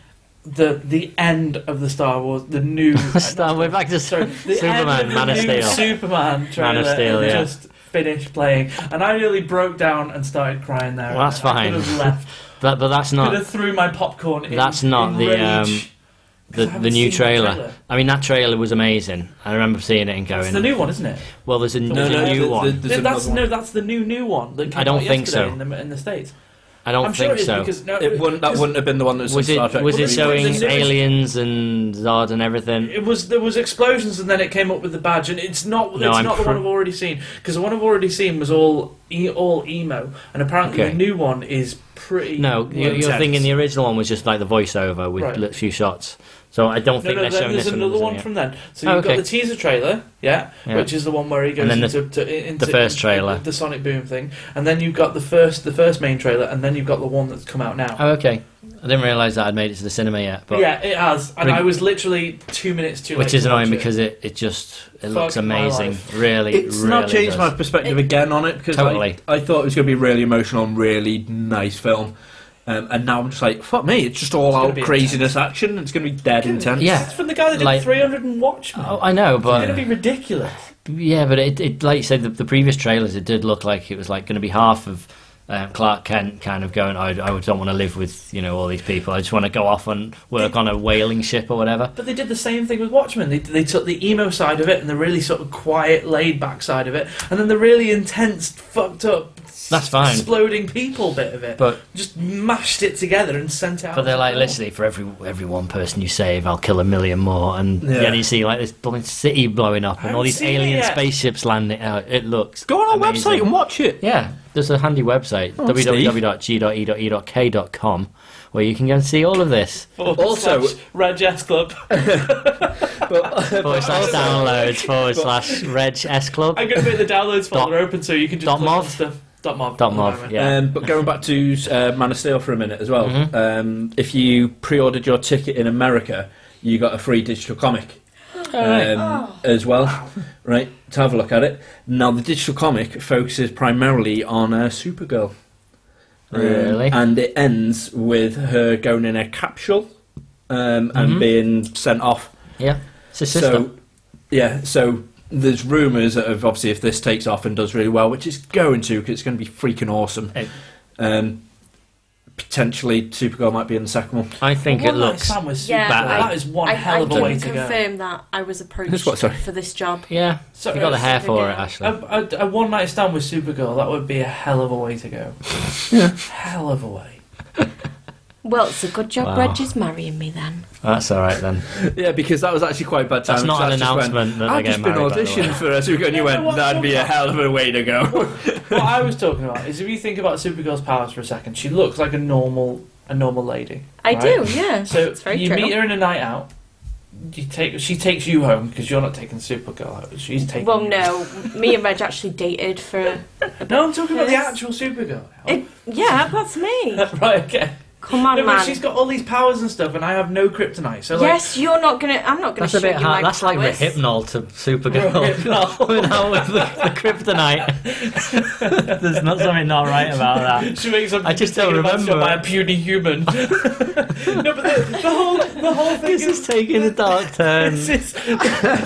the the end of the Star Wars, the new Star, we're back to sorry, the end Superman, of the Man of new Steel. Superman trailer Steel, had yeah. just finished playing, and I nearly broke down and started crying there. Well, that's I could fine. have left. but, but that's Could not have threw my popcorn. In, That's not in the, rage. um, 'Cause I the, haven't the new seen trailer. I mean, that trailer was amazing. I remember seeing it and It's the going, new one, isn't it? well, there's a, No, there's a no, new the- one. the- No, There's that's another no, that's the new new one. That came I don't out think yesterday so. In the, in the states, I don't I'm sure think it is so. because no, It wouldn't, that because wouldn't have been the one that was, Was in Star it Trek. was Well, it the- the showing newest- aliens and Zod and everything? It was there was explosions and then it came up with the badge and it's not No, it's I'm not the pr- one I've already seen because the one I've already seen was all e- all emo and apparently Okay. the new one is pretty. No, you- intense. you're thinking the original one was just like the voiceover with Right. a few shots. So I don't No, think no, they're then showing there's this another as one yet. from then. So Oh, you've okay. got the teaser trailer, yeah, Yeah. which is the one where he goes And then the- into, to, into the first trailer. the, Sonic Boom thing, and then you've got the first the first main trailer, and then you've got the one that's come out now. Oh, okay. I didn't realise that I'd made it to the cinema yet, but yeah, it has, and Bring- I was literally two minutes too late. which to is watch it. annoying because it, it just it looks Fuck my amazing. life. Really, It's really not changed does. my perspective again on it because Totally. I, I thought it was going to be a really emotional and really nice film. Um, and now I'm just like, fuck me, it's just all gonna out be craziness action. It's going to be dead intense. Yeah. It's from the guy that did Like- 300 and Watchmen. Oh, I know, It's but going to be ridiculous. yeah, but it, it like you said, the, the previous trailers, it did look like it was like going to be half of um, Clark Kent kind of going, I, I don't want to live with you know all these people. I just want to go off and work on a whaling ship or whatever. But they did the same thing with Watchmen. They, they took the emo side of it and the really sort of quiet, laid back side of it, and then the really intense, fucked up, s- That's fine. exploding people bit of it. But Just mashed it together and sent it out. but they're as a like film. literally for every every one person you save, I'll kill a million more. And Yeah. yeah, you see like this blooming city blowing up and all haven't these seen it alien yet. spaceships landing out. It looks Go on our amazing. website and watch it. Yeah, there's a handy website, Oh, e www.g.e.e.k.com, where you can go and see all of this. Oh, Forward Also- slash Red Jazz Club. Forward slash downloads, forward slash Reg S Club. I'm going to make the downloads folder open so you can just dot click on mov? stuff. Dot mov. Dot mov, yeah. Mm-hmm. Um, but going back to uh, Man of Steel for a minute as well, um, if you pre-ordered your ticket in America, you got a free digital comic um, as well, right? To have a look at it. Now the digital comic focuses primarily on uh, Supergirl, Um, Really? and it ends with her going in a capsule um, and Mhm. being sent off Yeah, it's a so, system. yeah, so there's rumours of obviously if this takes off and does really well, which it's going to, 'cause it's going to be freaking awesome. Hey. Um, potentially, Supergirl might be in the second one. I think it One Night looks. Stand with Yeah, Superman, I- that is one I, hell of I a way can to go. confirm that I was approached what, sorry? for this job. Yeah, So, you got the uh, hair for it, yeah. Ashley. A, a, a one night stand with Supergirl, that would be a hell of a way to go. Hell of a way. Well, it's a good Wow. job Reg is marrying me then. That's all right then. Yeah, because that was actually quite bad That's timing, not an 'cause I just announcement went, that they're I've just been getting married, by the way." auditioned for a Supergirl, and you Yeah, went, what's that'd up be a now?" hell of a way to go. what I was talking about is if you think about Supergirl's powers for a second, she looks like a normal a normal lady. I right? do, yeah. So it's very you true. meet her in a night out. You take she takes you home because you're not taking Supergirl home. She's taking. well, you. no, me and Reg actually dated for. No, I'm talking about the Yes. actual Supergirl. It, yeah, that's me. right. Okay. Come on, No, but man. she's got all these powers and stuff, and I have no kryptonite. So like, yes, you're not gonna. I'm not gonna That's a show bit you hard. my That's like powers. Hypnol to Supergirl. Rohypnol. Without with the, the kryptonite. There's not something not right about that. She makes up. I just don't taken advantage of remember. By a puny human. no, but the, the whole the whole thing This is. is taking a dark turn. This is-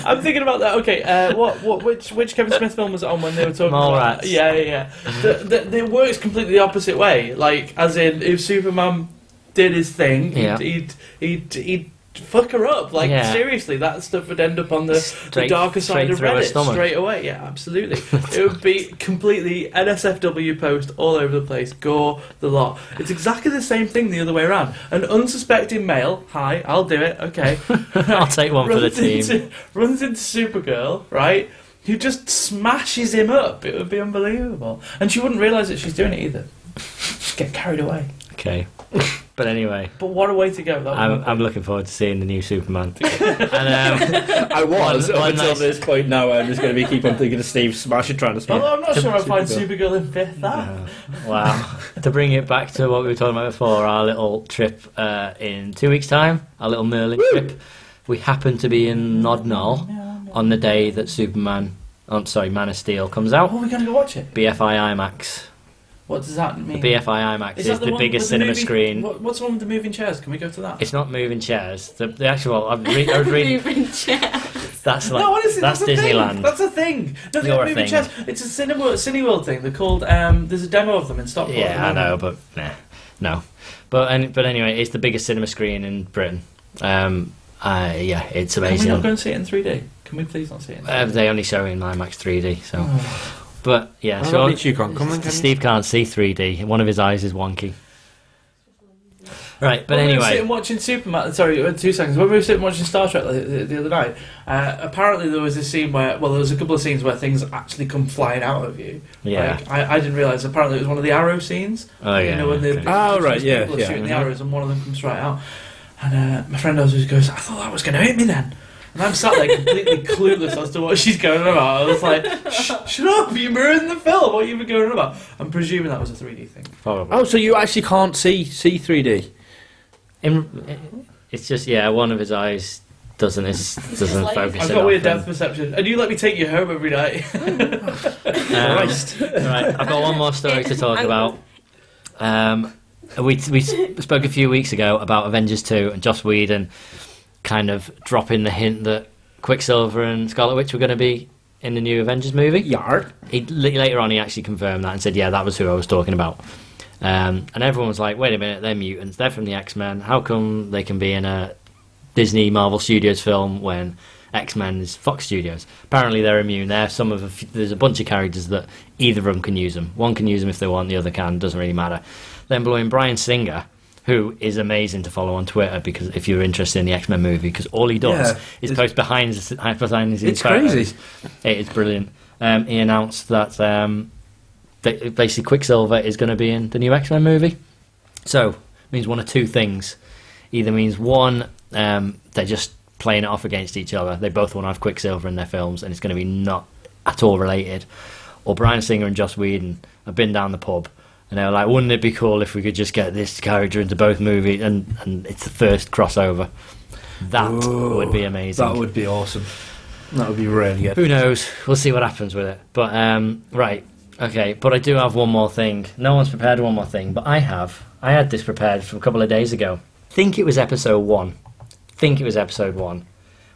I'm thinking about that. Okay, uh, what, what, which, which Kevin Smith film was it on when they were talking about? Mallrats. Yeah, yeah, yeah. The, the, the- it works completely the opposite way. Like, as in, if Superman did his thing, Yeah. he'd, he'd, he'd, he'd fuck her up. Like, Yeah. seriously, that stuff would end up on the, the Straight- darker side straight of through her Reddit stomach. straight away. Yeah, absolutely. it would be completely NSFW post all over the place, gore the lot. It's exactly the same thing the other way around. An unsuspecting male, hi, I'll do it, okay I'll take one for the runs team. Into, runs into Supergirl, right? Who just smashes him up. It would be unbelievable. And she wouldn't realise that she's doing it either. Just get carried away. Okay. But anyway, But what a way to go. That I'm, would I'm looking forward to seeing the new Superman. and, um, I was One- up one until nice- this point. Now I'm just going to be keep on thinking of Steve Smash and trying to smash. Although I'm not Supergirl. sure I'd find Supergirl in fifth. That. uh, wow. to bring it back to what we were talking about before, our little trip uh, in two weeks' time, our little Merlin trip, we happen to be in Nodnall on the day that Superman, I'm sorry, Man of Steel comes Oh, out. we're going to go watch it. BFI IMAX. What does that mean? BFI IMAX is, that the, one biggest with cinema moving- screen. What, what's the one with the moving chairs? Can we go to that? It's not moving chairs. The, the actual I, re- I was reading Moving chair. that's like no, honestly, that's, that's, a Thing. Disneyland. That's a thing. No, they're You're a moving thing. chairs. It's a cinema, Cineworld thing. They're called. Um, there's a demo of them in Stockport. at the Yeah, I moment. know, but nah, no. But any, but anyway, it's the biggest cinema screen in Britain. Um, uh, yeah, it's Can we not go amazing. and see it in 3D? Can we please not see it? In 3D? Uh, they only show it in IMAX 3D, so. Oh. But yeah, Well, so at least you can't come then, can you? Steve can't see 3D. One of his eyes is wonky. Right, but when we were anyway, sitting watching Superman. Sorry, uh, two seconds. When we were sitting watching Star Trek the, the, the other night, uh, apparently there was a scene where, well, there was a couple of scenes where things actually come flying out of you. Yeah. Like, I, I didn't realize. Apparently, it was one of the arrow scenes. Oh, You yeah, know when the, okay. Oh, the- right, yeah, people are yeah. uh-huh. shooting the arrows and one of them comes right out. And uh, my friend always goes, "I thought that was going to hit me then." And I'm sat there completely clueless as to what she's going on about. I was like, Shh, "Shut up! You were in the film. What you were going on about?" I'm presuming that was a 3D thing. probably. Oh, so you actually can't see see 3D? In, it's just yeah, one of his eyes doesn't is, doesn't like- focus. I've got weird enough depth perception. And you let me take you home every night. and- um, right, I've got one more story to talk about. Um, we we spoke a few weeks ago about Avengers two and Joss Whedon kind of dropping the hint that Quicksilver and Scarlet Witch were going to be in the new Avengers movie. Yard. He, l- later on, he actually confirmed that and said, "Yeah, that was who I was talking about." Um, and everyone was like, "Wait a minute, they're mutants. They're from the X Men. How come they can be in a Disney Marvel Studios film when X Men is Fox Studios? Apparently, they're immune. They're some of a f- there's a bunch of characters that either of them can use them. One can use them if they want, the other can. Doesn't really matter." Then blowing Brian Singer. Who is amazing to follow on Twitter because if you're interested in the X Men movie, because all he does Yeah, is it's- post behind the s- behind the scenes It's photos. crazy. It is brilliant. Um, he announced that um, that basically Quicksilver is going to be in the new X Men movie. So means one of two things. Either means one, um, they're just playing it off against each other. They both want to have Quicksilver in their films, and it's going to be not at all related. Or Brian Singer and Joss Whedon have been down the pub, and they were like, "Wouldn't it be cool if we could just get this character into both movies?" And and it's the first crossover. That would be amazing. That would be awesome. That would be really good. Who knows? We'll see what happens with it. But um, right, okay. But I do have one more thing. No one's prepared one more thing, but I have. I had this prepared from a couple of days ago. Think it was episode one. Think it was episode one.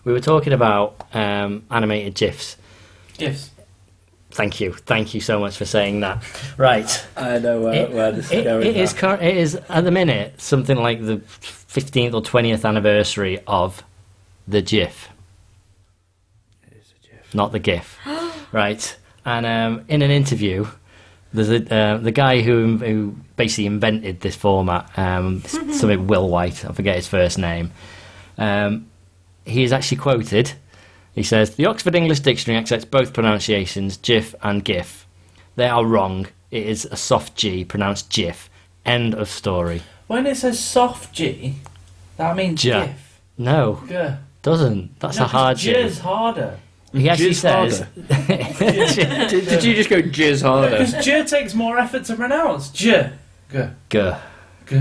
We were talking about um, animated gifs. yes. Thank you, thank you so much for saying that. Right, I know uh, where, It- it- it is cur- it is at the minute something like the fifteenth or twentieth anniversary of the GIF. Not the GIF, right? And um, in an interview, there's a, uh, the guy who who basically invented this format, um, s- something Will White, I forget his first name. Um, he is actually quoted. He says, The Oxford English Dictionary accepts both pronunciations, GIF and GIF. They are wrong. It is a soft G pronounced GIF. End of story. When it says soft G, that means Ja. GIF. No, Yeah. doesn't. That's a hard G G. is harder. He actually Jizz says. Did, did you just go jizz harder? Because J takes more effort to pronounce. J. G. Guh. G.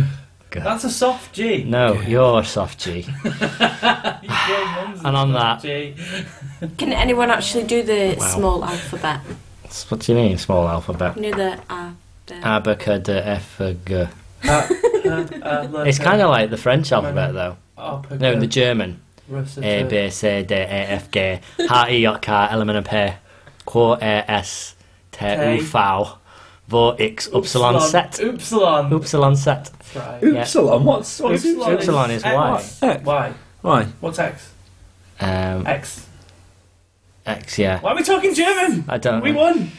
Guh. That's a soft G. No, you're a soft G. Your mum's a And on that, G. Can anyone actually do the Wow. small alphabet? what do you mean, small alphabet? You know the uh, the Abacadabra. It's Uh, It's kind of like the French alphabet, though. No, the German. A B C D E F G H I J K L M N P Q A S T U V V X Upsilon set. Upsilon. Upsilon set. Right. Upsilon. What's what's Upsilon. Upsilon is X. Y. Why? Why? What's X? Um, X. X, yeah. Why are we talking German? I don't. We won.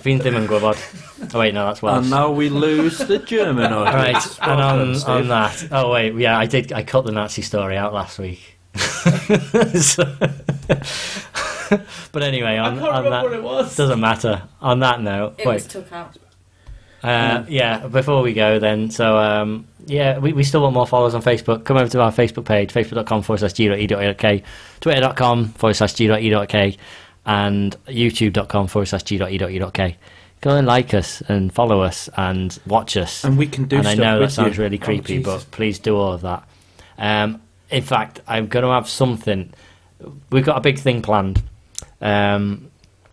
Fiend Dim and Gwybod. Oh, wait, no, that's Welsh. And now we lose the German All right, audience. Well and um, done, on, Steve. on that. Oh wait, yeah, I did. I cut the Nazi story out last week. So- but anyway, I on, can't on remember that what it was. doesn't matter. On that note, it was wait, took out. uh, yeah. Before we go, then, so um, yeah, we, we still want more followers on Facebook. Come over to our Facebook page, facebook.com forward slash g.e.k, twitter.com forward slash g.e.k, and youtube.com forward slash g.e.k. Go and like us and follow us and watch us And we can do and I stuff know with that sounds you. Oh, really creepy, Jesus. but please do all of that. Um, in fact, I'm going to have something. We've got a big thing planned. Um,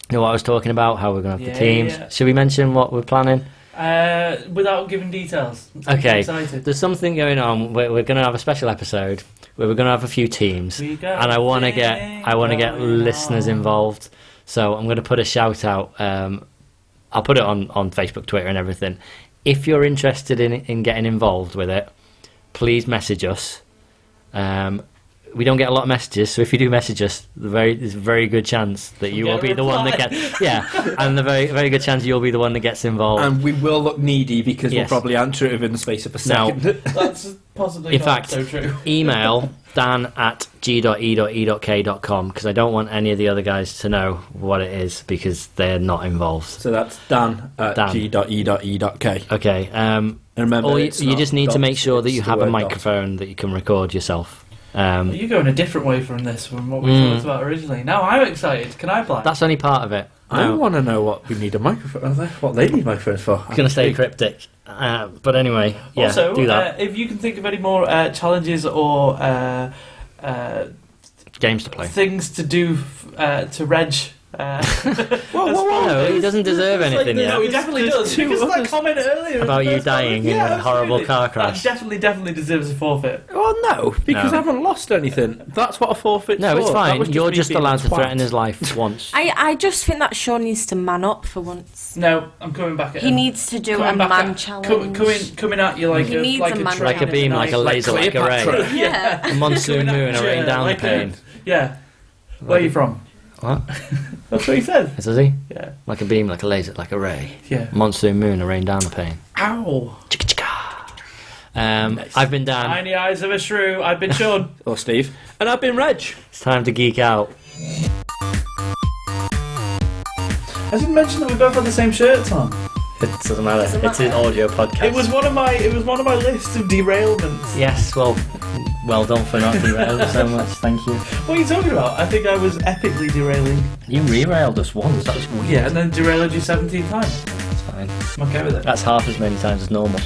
you know what I was talking about? How we're going to have the Yeah, teams. yeah. Should we mention what we're planning? Uh, without giving details. I'm Okay. excited. There's something going on. We're, we're going to have a special episode where we're going to have a few teams, We and got I want to a get thing I want to get going listeners on. involved. So I'm going to put a shout out. Um, I'll put it on on Facebook, Twitter, and everything. If you're interested in in getting involved with it, please message us. Um, we don't get a lot of messages, so if you do message us, the very there's a very good chance that you Get a will be the one that reply. gets yeah, and the very very good chance you'll be the one that gets involved. And we will look needy because Yes. we'll probably answer it within the space of a Now- second. That's possibly In not fact- so true. email dan at g.e.e.k.com because I don't want any of the other guys to know what it is because they're not involved. so that's Dan at Dan. g.e.e.k. And Okay. Um, remember, or you, it's you not just need to dot, make sure that it's you the have a word dot. microphone that you can record yourself. Um, You're going a different way from this, from what we Mm. talked about originally. Now I'm excited. Can I play? that's only part of it. I No, want to know what we need a microphone. What they need microphones for? I'm going to stay cryptic. Uh, but anyway, yeah, also, do that. Uh, if you can think of any more uh, challenges or uh, uh, Games to play. things to do f- uh, to reg. Uh, Whoa, whoa, whoa. No, he doesn't deserve anything this- yet. he definitely does. Who Because was that this? comment earlier About the you first comment- dying in Yeah, a horrible absolutely. car crash. That definitely, definitely deserves a forfeit. Well, oh, no, because No. I haven't lost anything. That's what a forfeit. No, it's fine. You're just allowed to threaten his life once. I, I just think that Sean needs to man up for once. No, I'm coming back at He him. needs to do Coming a back man at- challenge. Coming, coming, coming at you like He a needs like a a, like man a challenge. train beam, in the like a night. laser, like a Cleopatra. ray. Yeah. A Coming monsoon at moon, a you, rain down like a- pain. Yeah. Where are you from? What? That's what he said. Is he? Yeah. Like a beam, like a laser, like a ray. Yeah. Monsoon moon, a rain down a pain. Ow. Um, I've been Dan. Tiny eyes of a shrew. I've been Sean. Or Steve, and I've been Reg. It's time to geek out. I didn't mention that we both had the same shirts on. It doesn't matter. Doesn't It's an audio podcast. It was one of my it was one of my lists of derailments. Yes. Well, well done for not derailing so much. Thank you. What are you talking about? I think I was epically derailing. You derailed us once. That was weird. Yeah, and then derailed you 17 times. That's fine. I'm okay with it. That's half as many times as normal.